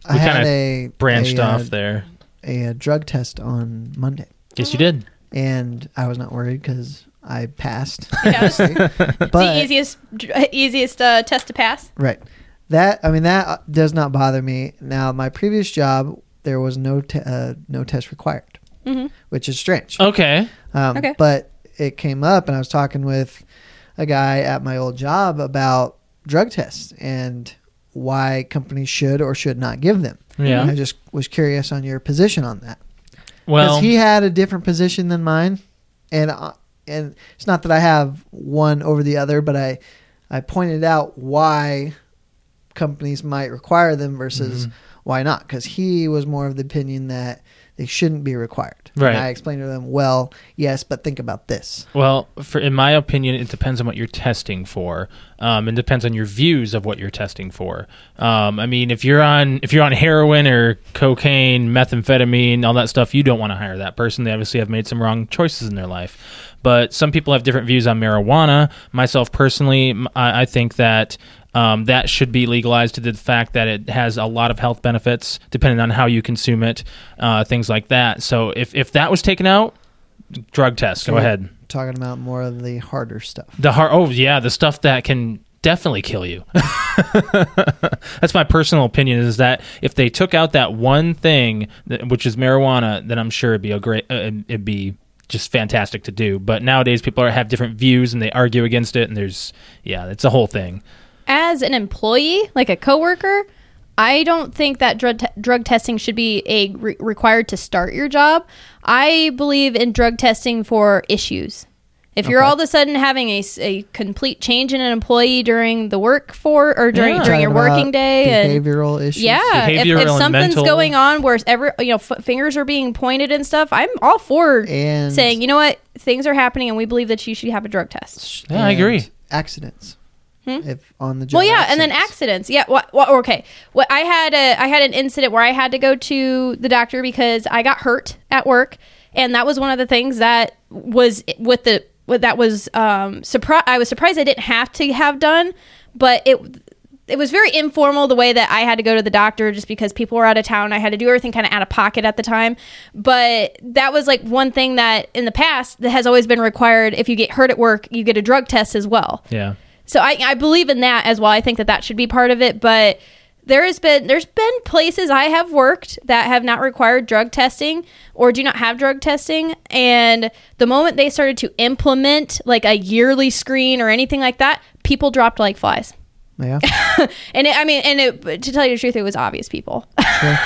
I We had kinda a Branched a, uh, off there. a, uh, drug test on Monday, Yes, you did. and I was not worried because I passed. Yeah. obviously. it's the but easiest dr- easiest uh, test to pass. right, that I mean that uh, does not bother me. Now, my previous job, there was no te- uh, no test required, Mhm. which is strange. Okay. Um, Okay. But it came up, and I was talking with a guy at my old job about drug tests and why companies should or should not give them. Yeah. I just was curious on your position on that. Because Well, he had a different position than mine, and I and it's not that I have one over the other, but I I pointed out why companies might require them versus Mm-hmm. why not. Because he was more of the opinion that they shouldn't be required. And Right. I explained to them, well, yes, but think about this. well, for, in my opinion, it depends on what you're testing for. Um, and depends on your views of what you're testing for. Um, I mean, if you're on if you're on heroin or cocaine, methamphetamine, all that stuff, you don't want to hire that person. They obviously have made some wrong choices in their life. But some people have different views on marijuana. Myself personally, m- I, I think that um, that should be legalized to the fact that it has a lot of health benefits, depending on how you consume it, uh, things like that. So if if that was taken out, drug test. Go So- ahead. Talking about more of the harder stuff. The heart. Oh yeah, the stuff that can definitely kill you. That's my personal opinion. Is that if they took out that one thing, that, which is marijuana, then I'm sure it'd be a great. Uh, it'd- it'd be just fantastic to do. But nowadays, people are, have different views and they argue against it. And there's yeah, it's a whole thing. as an employee, like a coworker, I don't think that drug, te- drug testing should be a re- required to start your job. I believe in drug testing for issues. If you're Okay. all of a sudden having a, s- a complete change in an employee during the work for or during Yeah. during your Talking about working day and behavioral issues. yeah, if, if Behavioral and something's mental. going on where every you know f- fingers are being pointed and stuff, I'm all for And saying you know what things are happening and we believe that you should have a drug test. Yeah, I and agree. Accidents. Hmm? If on the job. Well, yeah, and then accidents. Yeah. What? Well, okay. What I had a I had an incident where I had to go to the doctor because I got hurt at work, and that was one of the things that was with the what that was um surprise. I was surprised I didn't have to have done, but it it was very informal the way that I had to go to the doctor just because people were out of town. I had to do everything kind of out of pocket at the time. But that was like one thing that in the past that has always been required if you get hurt at work, you get a drug test as well. Yeah. So I, I believe in that as well. I think that that should be part of it, but there has been there's been places I have worked that have not required drug testing or do not have drug testing and the moment they started to implement like a yearly screen or anything like that, people dropped like flies. Yeah. And it, I mean and it, to tell you the truth it was obvious people.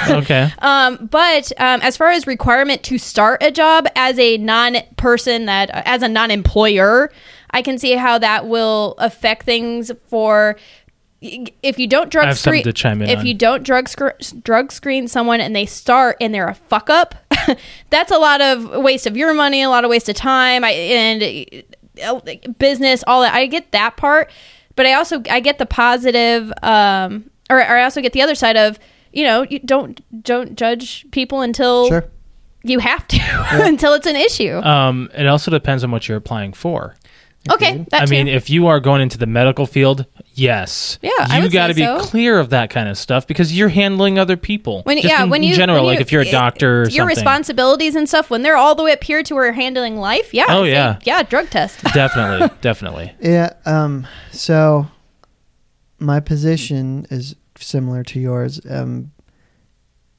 Okay. Um, but um, as far as requirement to start a job as a non-person that as a non-employer, I can see how that will affect things for if you don't I drug have something screen to chime in if on. you don't drug scr- drug screen someone and they start and they're a fuck up, that's a lot of waste of your money, a lot of waste of time, I, and uh, business, all that. I get that part, but I also I get the positive, um, or, or I also get the other side of you know you don't don't judge people until Sure. you have to until it's an issue. Um, it also depends on what you're applying for. okay, that I too. mean, if you are going into the medical field, yes. Yeah, I you would say gotta be so. clear of that kind of stuff because you're handling other people. when Just yeah in when you general, when like you- if you're a it- doctor, or your something. responsibilities and stuff when they're all the way up here to where you're handling life yeah Oh, I'd say, yeah. yeah drug test definitely, definitely. Yeah. Um. So, my position is similar to yours. Um,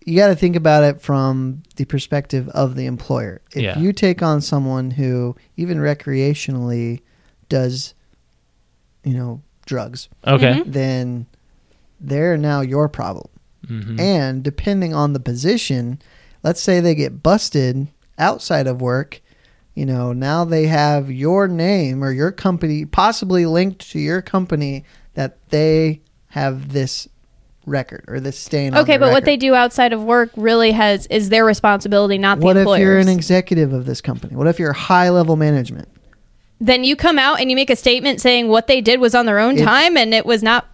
you got to think about it from the perspective of the employer. If Yeah. you take on someone who even recreationally does, you know, drugs, Okay. then they're now your problem. Mm-hmm. hmm And depending on the position, let's say they get busted outside of work, you know, now they have your name or your company possibly linked to your company that they have this record or this stain. on Okay, their but what record. they do outside of work really has is their responsibility, not the What if employer's. you're an executive of this company? What if you're high level management? then you come out and you make a statement saying what they did was on their own It's- time and it was not.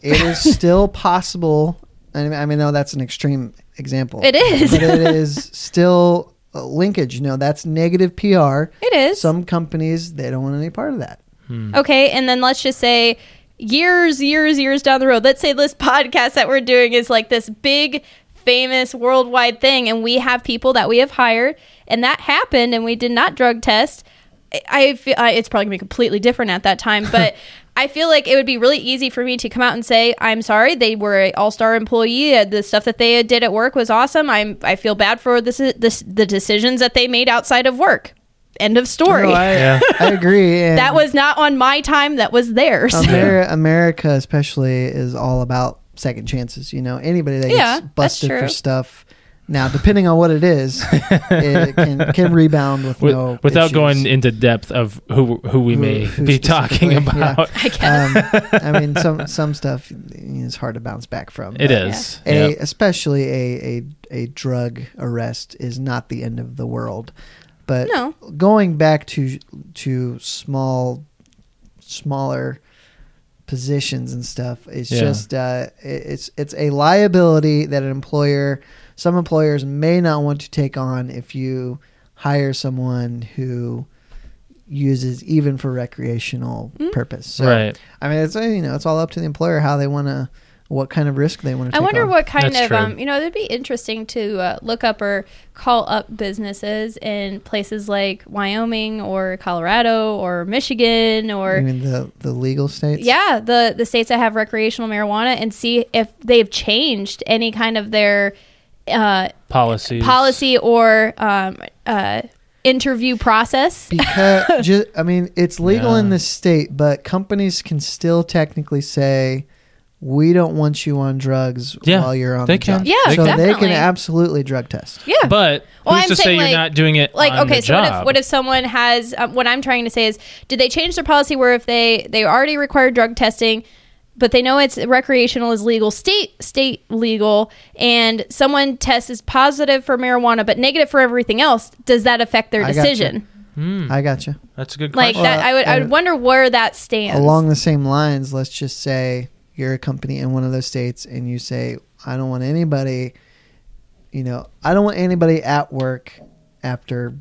It is still possible. I mean, I mean, no, that's an extreme example. It is. but it is still a linkage. No, that's negative PR. It is Some companies they don't want any part of that. Mm. okay, and then let's just say years, years, years down the road. Let's say this podcast that we're doing is like this big, famous, worldwide thing, and we have people that we have hired, and that happened, and we did not drug test. I- I feel I, it's probably gonna be completely different at that time, but. I feel like it would be really easy for me to come out and say, "I'm sorry, they were an all-star employee. Uh, The stuff that they did at work was awesome. I'm I feel bad for this, this the decisions that they made outside of work." End of story. No, I, Yeah. I agree. and That was not on my time. That was theirs. Amer- America, especially, is all about second chances. You know, anybody that Yeah, gets that's busted for true. stuff. Now, depending on what it is, it can, can rebound with, With, no without issues. going into depth of who who we Who- may who be talking specifically, yeah. about, I guess. um, I mean, some some stuff is hard to bounce back from. it but is. A, Yep. Especially a, a a drug arrest is not the end of the world. But No. going back to to small, smaller positions and stuff, it's Yeah. just uh, it- it's it's a liability that an employer, some employers may not want to take on if you hire someone who uses even for recreational Hmm. purpose. So, right. I mean, it's uh, you know, it's all up to the employer how they want to, what kind of risk they want to. I wonder what kind That's of true. um, you know it'd be interesting to uh, look up or call up businesses in places like Wyoming or Colorado or Michigan or I mean, the the legal states. yeah the the states that have recreational marijuana and see if they've changed any kind of their uh, Policies. policy or um, uh, interview process. Because ju- I mean, it's legal in Yeah. this state, but companies can still technically say, "We don't want you on drugs Yeah, while you're on they the job." can. Yeah, so they can definitely. absolutely drug test. Yeah. But Well, who's I'm to say saying, you're like- not doing it? like on okay the so what if job? what if someone has um, what i'm trying to say is did they change their policy where if they they already require drug testing but they know it's recreational is legal state state legal and someone tests is positive for marijuana but negative for everything else does that affect their I gotcha. decision Hmm, I gotcha. that's a good like question. that i would i Uh, would wonder where that stands Along the same lines, let's just say you're a company in one of those states, and you say, "I don't want anybody," you know, "I don't want anybody at work after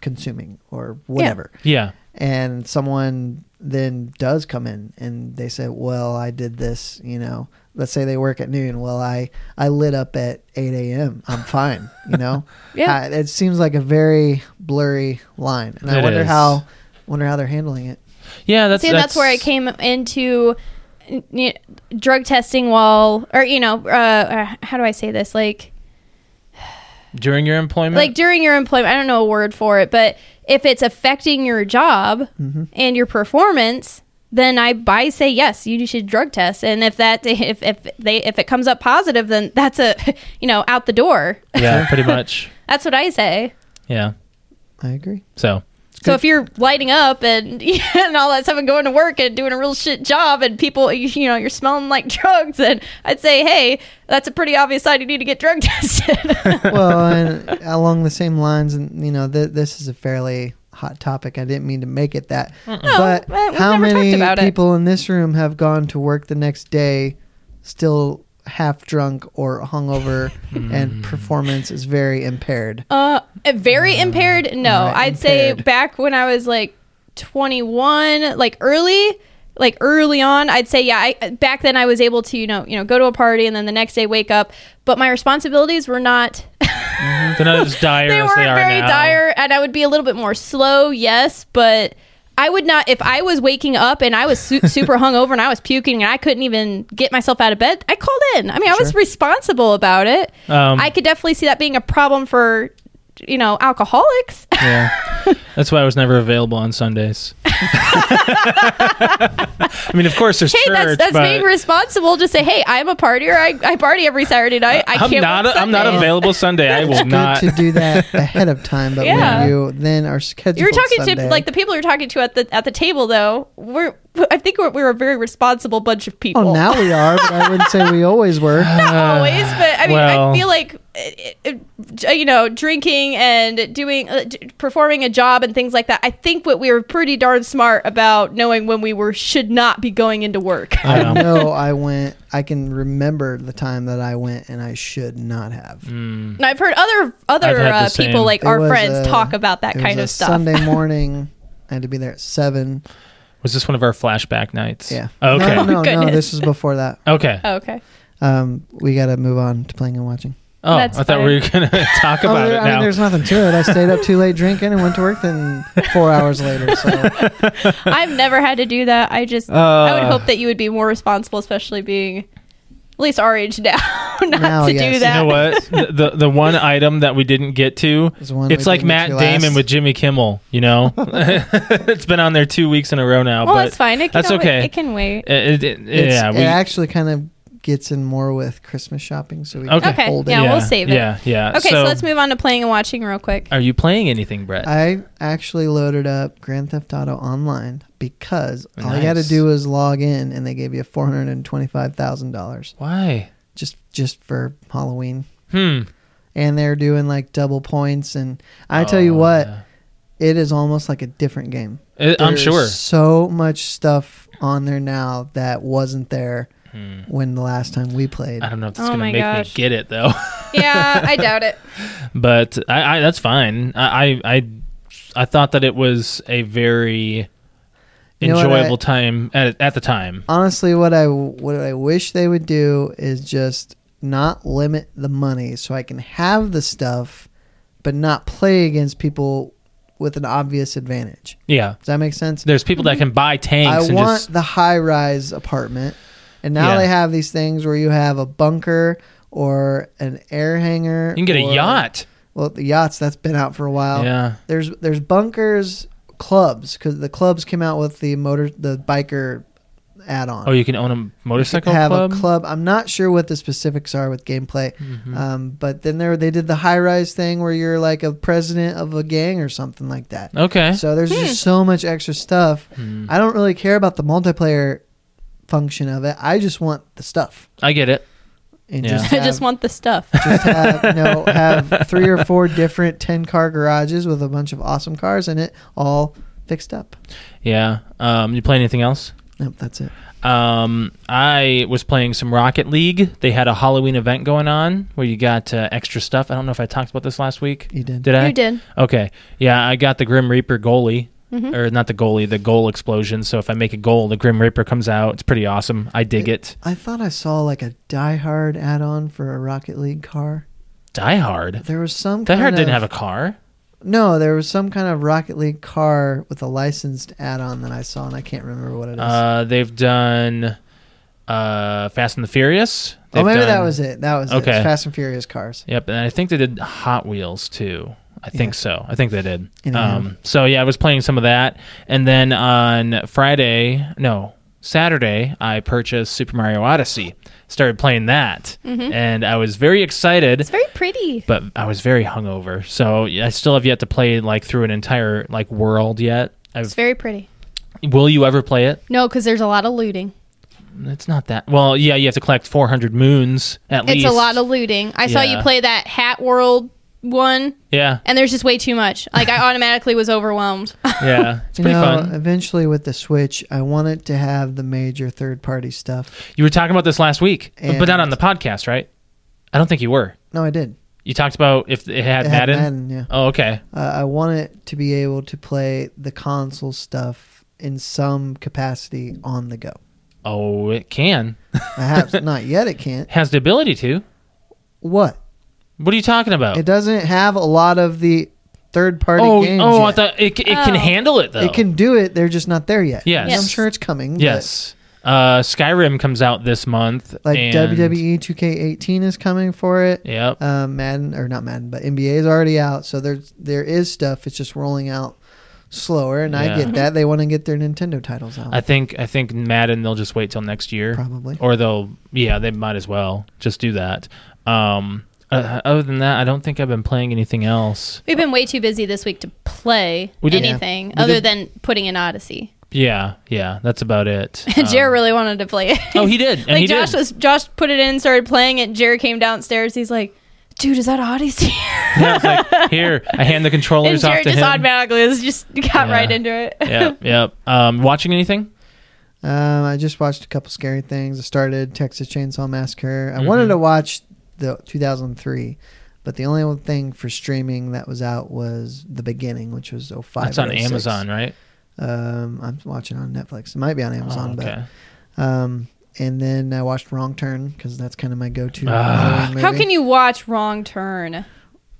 consuming or whatever." yeah. and someone then does come in and they say, "Well, I did this," you know. Let's say they work at noon. Well, I I lit up at eight a.m. I'm fine, you know. yeah I- it seems like a very blurry line, and I It wonder is. how wonder how they're handling it. Yeah. That's See, and that's, where I came into n- y- drug testing while, or you know, uh, uh, how do I say this? Like, during your employment. like during your employment i don't know a word for it but if it's affecting your job and your performance then i by say yes you should drug test and if that if if they if it comes up positive then that's a you know out the door yeah, pretty much. that's what i say Yeah. I agree. So so if you're lighting up and and all that stuff and going to work and doing a real shit job and people you, you know you're smelling like drugs and i'd say hey that's a pretty obvious sign you need to get drug tested well, and along the same lines, and you know, th- this is a fairly hot topic. I didn't mean to make it that, but but we've how never many talked about it. people in this room have gone to work the next day still half drunk or hungover, Mm. and performance is very impaired? Uh, very impaired. No, All right, I'd say impaired. back when I was like 21, like early, like early on, I'd say yeah. I, back then, I was able to you know you know go to a party and then the next day wake up, but my responsibilities were not. they're not as dire they as weren't they are very now. dire, and I would be a little bit more slow. Yes, but I would not if I was waking up and I was su- super hungover and I was puking and I couldn't even get myself out of bed. I called in. I mean, I was Sure. responsible about it. Um, I could definitely see that being a problem for you know alcoholics. Yeah. That's why I was never available on Sundays. I mean, of course, there's hey, church, that's that's but being responsible. Just say, hey, I'm a partier. I, I party every Saturday night. I I'm can't. not. work I'm not Sundays." available Sunday. I will Good not. to do that ahead of time, but Yeah. when you then are scheduled, You were talking Sunday- to like the people you're talking to at the at the table though. We're I think we're, we're a very responsible bunch of people. Well, Oh, now we are, but I wouldn't say we always were. not always, but I mean, Uh, well. I feel like it, it, you know, drinking and doing uh, d- performing a job and things like that. I think what we were pretty darn smart about knowing when we were should not be going into work. I I know. know I went. I can remember the time that I went, and I should not have. And I've heard other I've other had the uh, same. people like It our was friends a- talk about that It kind of was a stuff. Sunday morning, I had to be there at seven. Was this one of our flashback nights? Yeah. Okay. No, no, no. Goodness. This was before that. Okay. Oh, okay. Um, we got to move on to playing and watching. Oh, That's I thought we were gonna talk Oh, about there- it I mean, now. there's nothing to it. I stayed up too late drinking and went to work. Then four hours later, so I've never had to do that. I just I would Uh, hope that you would be more responsible, especially being at least our age now, not Now, to yes. do You that. You know what? Uh, the, the the one item that we didn't get to. There's one It's we like didn't get Matt to Damon last. with Jimmy Kimmel. You know, it's been on there two weeks in a row now. Well, but that's fine. It can that's always- okay. It can wait. Uh, It- it- it's, yeah. it actually kind of gets in more with Christmas shopping. So we Okay. can Okay, hold yeah, it. we'll save it. Yeah. Yeah. Okay, so, let's move on to playing and watching real quick. Are you playing anything, Brett? I actually loaded up Grand Theft Auto Online because all you got Nice. to do is log in, and they gave you four hundred and twenty-five thousand dollars Why? just just for Halloween. Hmm. And they're doing like double points, and I tell you Oh, what, yeah. it is almost like a different game. It- I'm There's sure. So much stuff on there now that wasn't there Hmm. when the last time we played. I don't know if it's Oh gonna my make me gosh. get it though, yeah, I doubt it. but I, I that's fine. I, I I I thought that it was a very You know what enjoyable time at at the time. Honestly, what I what I wish they would do is just not limit the money, so I can have the stuff, but not play against people with an obvious advantage. Yeah, Does that make sense? there's people that can buy tanks Mm-hmm. I and want just the high rise apartment. And now Yeah. they have these things where you have a bunker or an air hangar. you can get a or- yacht. Well, the yachts that's been out for a while. yeah, There's there's bunkers, clubs because the clubs came out with the motor the biker add-on. oh, you can own a motorcycle have club. a club. I'm not sure what the specifics are with gameplay, Mm-hmm. um, but then there they did the high-rise thing where you're like a president of a gang or something like that. okay, So there's Hmm. just so much extra stuff. Eh. Hmm. I don't really care about the multiplayer function of it. I just want the stuff. I get it. And Yeah. just I have, just want the stuff. just have, you know, have three or four different 10 car garages with a bunch of awesome cars in it all fixed up. Yeah. Um, you play anything else? Nope, that's it. Um, I was playing some Rocket League. They had a Halloween event going on where you got uh, extra stuff. I don't know if I talked about this last week. You did. Did I? You did. Okay. Yeah, I got the Grim Reaper goalie. Mm-hmm. Or not the goalie, the goal explosion. So if I make a goal, the Grim Reaper comes out. It's pretty awesome. I dig it. I thought I saw like a Die Hard add-on for a Rocket League car. Die Hard. There was some. Die Hard kind didn't of- have a car. No, there was some kind of Rocket League car with a licensed add-on that I saw, and I can't remember what it is. Uh, they've done uh, Fast and the Furious. oh, They've maybe that done- was it. That was it. Okay. It's Fast and Furious cars. Yep, and I think they did Hot Wheels too. I think so. I think they did. Anyhow. Um, so yeah, I was playing some of that, and then on Friday, no Saturday, I purchased Super Mario Odyssey. Started playing that, Mm-hmm. and I was very excited, It's very pretty. but I was very hungover. So I still have yet to play like through an entire like world yet. It's I've, very pretty. will you ever play it? No, because there's a lot of looting. It's not that. Well, yeah, you have to collect 400 moons at It's least. a lot of looting. I saw Yeah. you play that Hat World one, yeah, and there's just way too much. Like I automatically was overwhelmed. yeah. It's You pretty know, fun. eventually with the Switch, I want it to have the major third-party stuff. You were talking about this last week, And- but not on the podcast, right? I don't think you were. No, I did. You talked about if it had It had Madden. Madden, yeah. Oh, okay. Uh, I want it to be able to play the console stuff in some capacity on the go. Oh, it can Perhaps not yet. It can't. has the ability to. What? What are you talking about? It doesn't have a lot of the third party Oh, games. oh, I yet. thought it, c- it can Oh. handle it though. it can do it. They're just not there yet. Yes. I'm sure it's coming. but, Yes. Uh, Skyrim comes out this month. Like E? and- WWE 2K18 is coming for it. Yep. um, Madden or not Madden, but NBA is already out. So there's there is stuff. It's just rolling out slower, and I Yeah. get that they want to get their Nintendo titles out. I think I think Madden they'll just wait till next year, Probably. or they'll yeah they might as well just do that. Um, uh, other than that, I don't think I've been playing anything else. We've been way too busy this week to play We did- anything We other did- than putting in Odyssey. Yeah, yeah, that's about it. And Jared Um, really wanted to play it. Oh, he did, and like he Josh did. was Josh put it in, started playing it. Jared came downstairs. He's like, "Dude, is that Odyssey?" Yeah, I was like, here, I hand the and controllers off Jared to just him. automatically is just got Yeah. right into it. yep, yep. Um, watching anything? um, I just watched a couple scary things. I started Texas Chainsaw Massacre. I Mm-hmm. wanted to watch the 2003, but the only one thing for streaming that was out was the beginning, which was 05. That's on 06. Amazon, right? Um, I'm watching on Netflix. It might be on Amazon, Oh, okay. but um, and then I watched Wrong Turn because that's kind of my go-to. Ah. Halloween How movie. can you watch Wrong Turn?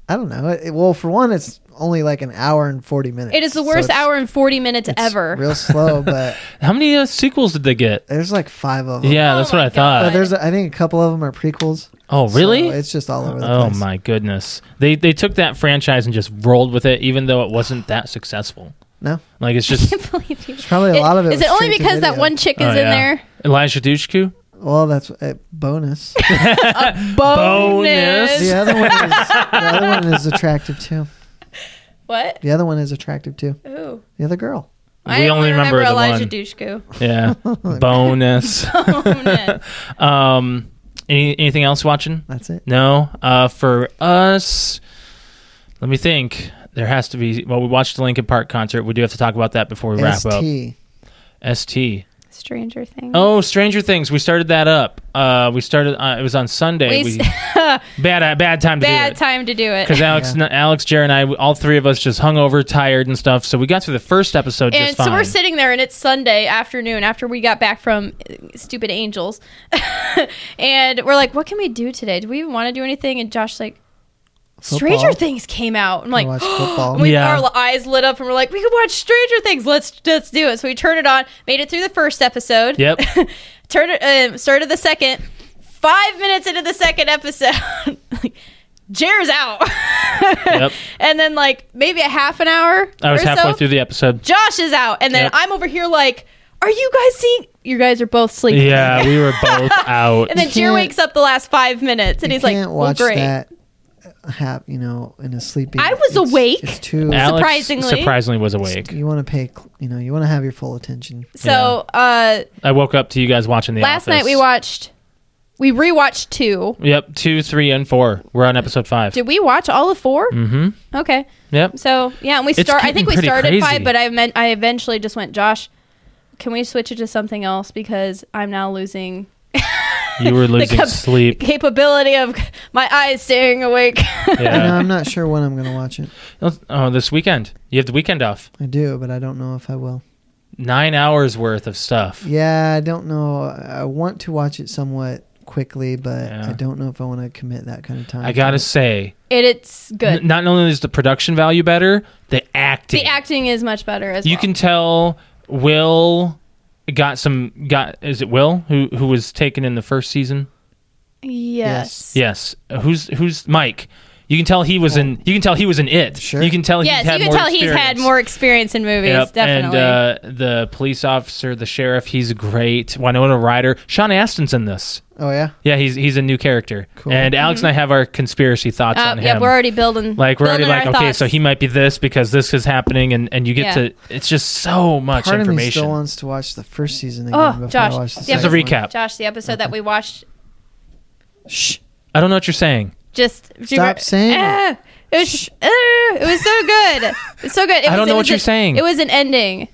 I don't know. It, well, for one, it's only like an hour and forty minutes. It is the So worst it's- hour and forty minutes it's ever. Real slow, but How many uh, sequels did they get? there's like five of them. Yeah, Oh that's what my I thought. but there's I think a couple of them are prequels. Oh, really? So it's just all over the oh place. my goodness! They they took that franchise and just rolled with it, even though it wasn't that successful. No. like it's I just can't believe you. There's probably a lot of it. Is was it only straight to because that video. one chick is Oh, in yeah. there? Elijah Dushku. Well, that's a bonus. Bonus. the other one is the other one is attractive too. What? The other one is attractive too. Ooh. The other girl. I We only only remember, remember Elijah the one. Dushku. Oh, Yeah, bonus. Bonus. um, any, anything else watching? That's it. No. Uh, for us, let me think. There has to be. Well, we watched the Linkin Park concert. We do have to talk about that before we wrap up. ST. St. Stranger Things. Oh, Stranger Things. We started that up. Uh, we started. Uh, it was on Sunday. We We, s- bad uh, bad time to do bad it. time to do it. because Alex, Yeah. n Alex, Jer, and I, we- all three of us, just hung over, tired, and stuff. So we got through the first episode And just fine. so we're sitting there, and it's Sunday afternoon after we got back from uh, stupid angels, and we're like, "What can we do today? Do we even want to do anything?" And Josh's like, "Stranger Football. Things came out." I'm like, watch football. and we, Yeah. our eyes lit up, and we're like, "We can watch Stranger Things. Let's let's do it." So we turned it on, made it through the first episode. Yep. turned it, um, started the second. Five minutes into the second episode, like, Jer's out. Yep. And then like maybe a half an hour. I was or so, halfway through the episode. Josh is out, and then Yep. I'm over here like, "Are you guys seeing? You guys are both sleeping." Yeah, we were both out. And then You Jer can't- wakes up the last five minutes, and you he's like, can't "Well, watch great." that hap, you know, in a sleepy. I was it's- awake. It's too. Alex surprisingly- surprisingly was awake. You want to pay, cl- you know, you want to have your full attention. So uh, I woke up to you guys watching the. last night Office. we watched, we rewatched two. Yep, two, three, and four. We're on episode five. Did we watch all of 4 mm-hmm. Okay, Yep. so yeah, and we It's start. I getting think we pretty started crazy. five, but I meant I eventually just went, Josh, can we switch it to something else because I'm now losing You were losing cap- sleep. capability of my eyes staying awake. You know, Yeah. I'm not sure when I'm going to watch it. Oh, this weekend. You have the weekend off. I do, but I don't know if I will. Nine hours worth of stuff. Yeah, I don't know. I want to watch it somewhat quickly, but Yeah. I don't know if I want to commit that kind of time. I gotta to it. say, it, it's Mm-hmm. good. n- not only is the production value better, the acting. The acting is much better as you well. can tell Will got some got is it Will who who was taken in the first season? Yes. Yes. Who's who's Mike? You can tell he was in you can tell he was in it. Sure. You can tell he's Oh. Yes, had you can more tell he's had experience. more experience in movies, Yep, definitely. And uh, the police officer, the sheriff, he's great. Winona Ryder, Sean Astin's in this. Oh yeah, Yeah, he's he's a new character. Cool. And Alex and I have our conspiracy thoughts Mm-hmm. Uh, on him. yeah, we're already building. like we're already building like our okay, thoughts. so he might be this because this is happening, and and you get Yeah. to it's just so much part of me information. still wants to watch the first season again Oh, before Josh, I watch the the Just second a episode- one. recap. Josh, the episode that we watched, Shh. I don't know what you're saying. just do you Stop remember- saying Ah, it was ah, it was so good. It was so good. It I was- don't know it what was you're an- saying. It was an ending.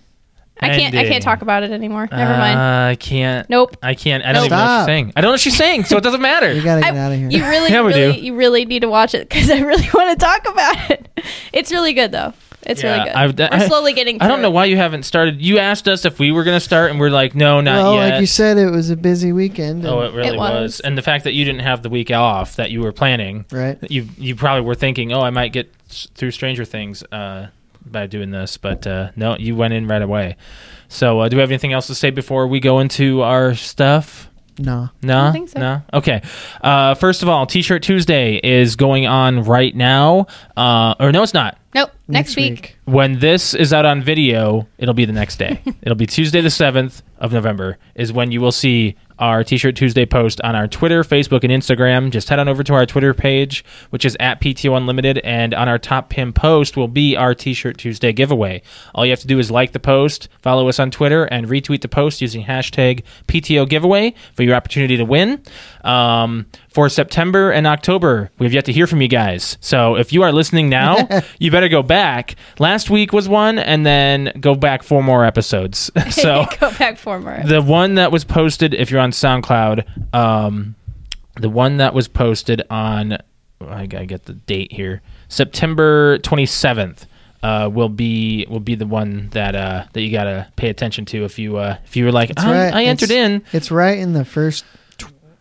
I can't. I Ending. can't talk about it anymore. Never mind. Uh, I can't. Nope. I can't. I don't Nope. even know what she's Stop. saying. I don't know what she's saying, so it doesn't matter. You gotta get I- out of here. You really, Yeah, we really do. you really need to watch it because I really want to talk about it. It's really good though. It's Yeah, really good. I've- I- We're slowly getting. I don't through know it. why you haven't started. You asked us if we were going to start, and we're like, no, not well, yet. like you said, it was a busy weekend. oh, it and- really It was. was. And the fact that you didn't have the week off that you were planning, right. you you probably were thinking, oh, I might get s- through Stranger Things uh, by doing this, but uh, no, you went in right away. So, uh, do we have anything else to say before we go into our stuff? No. No, don't think so. no. Okay. Uh, first of all, T-shirt Tuesday is going on right now. Uh, or no, it's not. Nope. Next, week. When this is out on video, it'll be the next day. it'll be Tuesday, the seventh of November, is when you will see our T-shirt Tuesday post on our Twitter, Facebook, and Instagram. Just head on over to our Twitter page, which is at PTO Unlimited, and on our top pin post will be our T-shirt Tuesday giveaway. All you have to do is like the post, follow us on Twitter, and retweet the post using hashtag PTO giveaway for your opportunity to win. Um, for September and October, we have yet to hear from you guys. So if you are listening now, you better go back. Last week was one, and then go back four more episodes. so go back for more. the one that was posted, if you're on SoundCloud, um, the one that was posted on, I gotta get the date here, September 27th. Uh, will be will be the one that uh, that you gotta pay attention to if you uh, if you were like That's I, right. I entered It's- in It's right in the first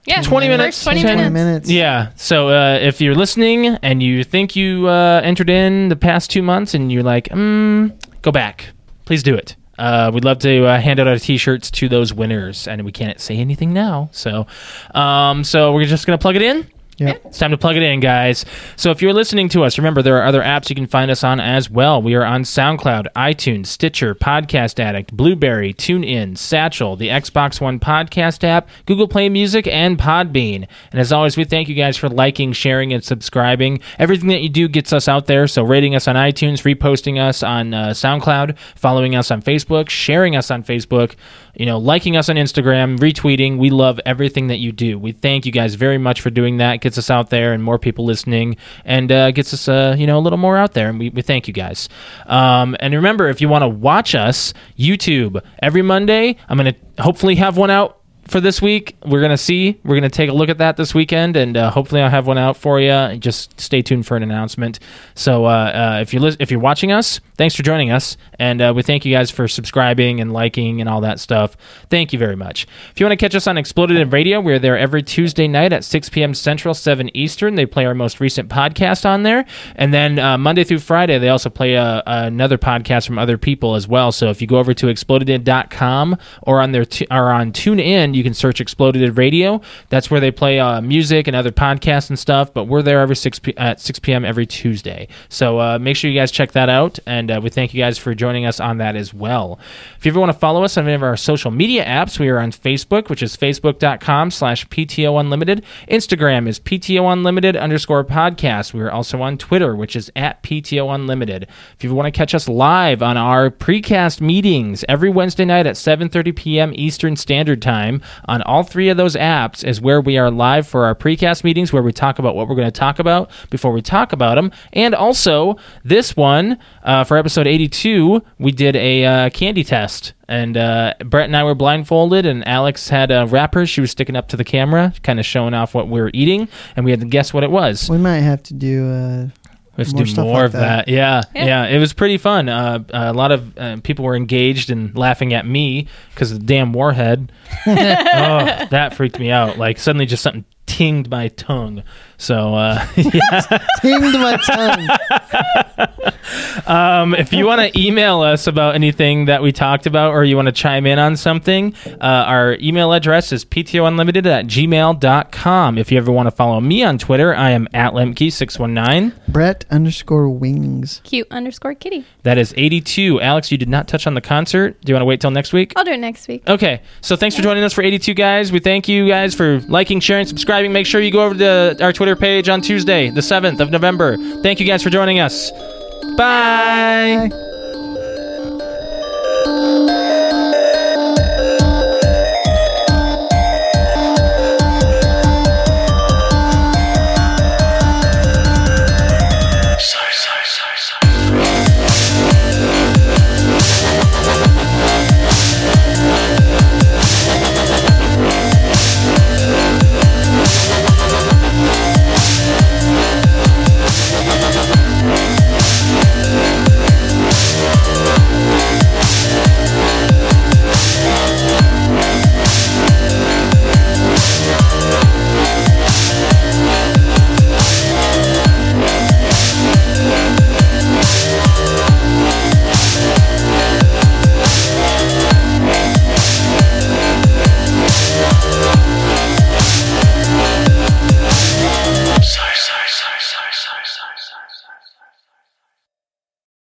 yeah, 20 first minutes, Twenty 10 minutes. minutes. Yeah. So uh, if you're listening and you think you uh, entered in the past two months and you're like, mm, go back, please do it. Uh, we'd love to uh, hand out our T-shirts to those winners, and we can't say anything now. So, um, so we're just gonna plug it in. Yep. It's time to plug it in, guys. So if you're listening to us, remember there are other apps you can find us on as well. We are on SoundCloud, iTunes, Stitcher, Podcast Addict, Blueberry, TuneIn, Satchel, the Xbox One podcast app, Google Play Music, and Podbean. And as always, we thank you guys for liking, sharing, and subscribing. Everything that you do gets us out there. So rating us on iTunes, reposting us on uh, SoundCloud, following us on Facebook, sharing us on Facebook, you know, liking us on Instagram, retweeting. We love everything that you do. We thank you guys very much for doing that. It gets us out there and more people listening, and uh, gets us, uh, you know, a little more out there. And we, we thank you guys. Um, and remember, if you want to watch us, YouTube every Monday. I'm gonna hopefully have one out for this week. We're gonna see. We're gonna take a look at that this weekend, and uh, hopefully I'll have one out for you. Just stay tuned for an announcement. So uh, uh, if you're lis- if you're watching us, thanks for joining us, and uh, we thank you guys for subscribing and liking and all that stuff. Thank you very much. If you want to catch us on Exploded in Radio, we're there every Tuesday night at 6 p.m. Central, 7 Eastern. They play our most recent podcast on there, and then uh, Monday through Friday they also play uh another podcast from other people as well. So if you go over to explodedin.com or on their t- or on TuneIn, you can search Exploded Radio. That's where they play uh, music and other podcasts and stuff. But we're there every six p- at six p.m. every Tuesday. So uh, make sure you guys check that out, and uh, we thank you guys for joining us on that as well. If you ever want to follow us on any of our social media apps, we are on Facebook, which is facebook.com/slash PTO Unlimited. Instagram is PTO Unlimited underscore podcast. We are also on Twitter, which is at PTO Unlimited. If you want to catch us live on our precast meetings every Wednesday night at 7:30 p.m. Eastern Standard Time on all three of those apps is where we are live for our precast meetings where we talk about what we're going to talk about before we talk about them. And also this one uh, for episode 82, we did a uh, candy test and uh, Brett and I were blindfolded, and Alex had a wrapper. She was sticking up to the camera, kind of showing off what we were eating, and we had to guess what it was. We might have to do. Uh, We have to More do stuff more like of that. that. Yeah, yeah, Yeah. It was pretty fun. Uh, a lot of uh, people were engaged and laughing at me because of the damn warhead. oh, that freaked me out. Like suddenly, just something tinged my tongue. So. Uh, tinged my tongue. Um, if you want to email us about anything that we talked about or you want to chime in on something, uh, our email address is ptounlimited at gmail.com. If you ever want to follow me on Twitter, I am at lemke619. Brett underscore wings. Cute underscore kitty. That is 82. Alex, you did not touch on the concert. Do you want to wait till next week? I'll do it next week. Okay, so thanks for joining us for 82 guys. We thank you guys for liking, sharing, subscribing. Make sure you go over to our Twitter page on Tuesday, the 7th of November. Thank you guys for joining us. Bye.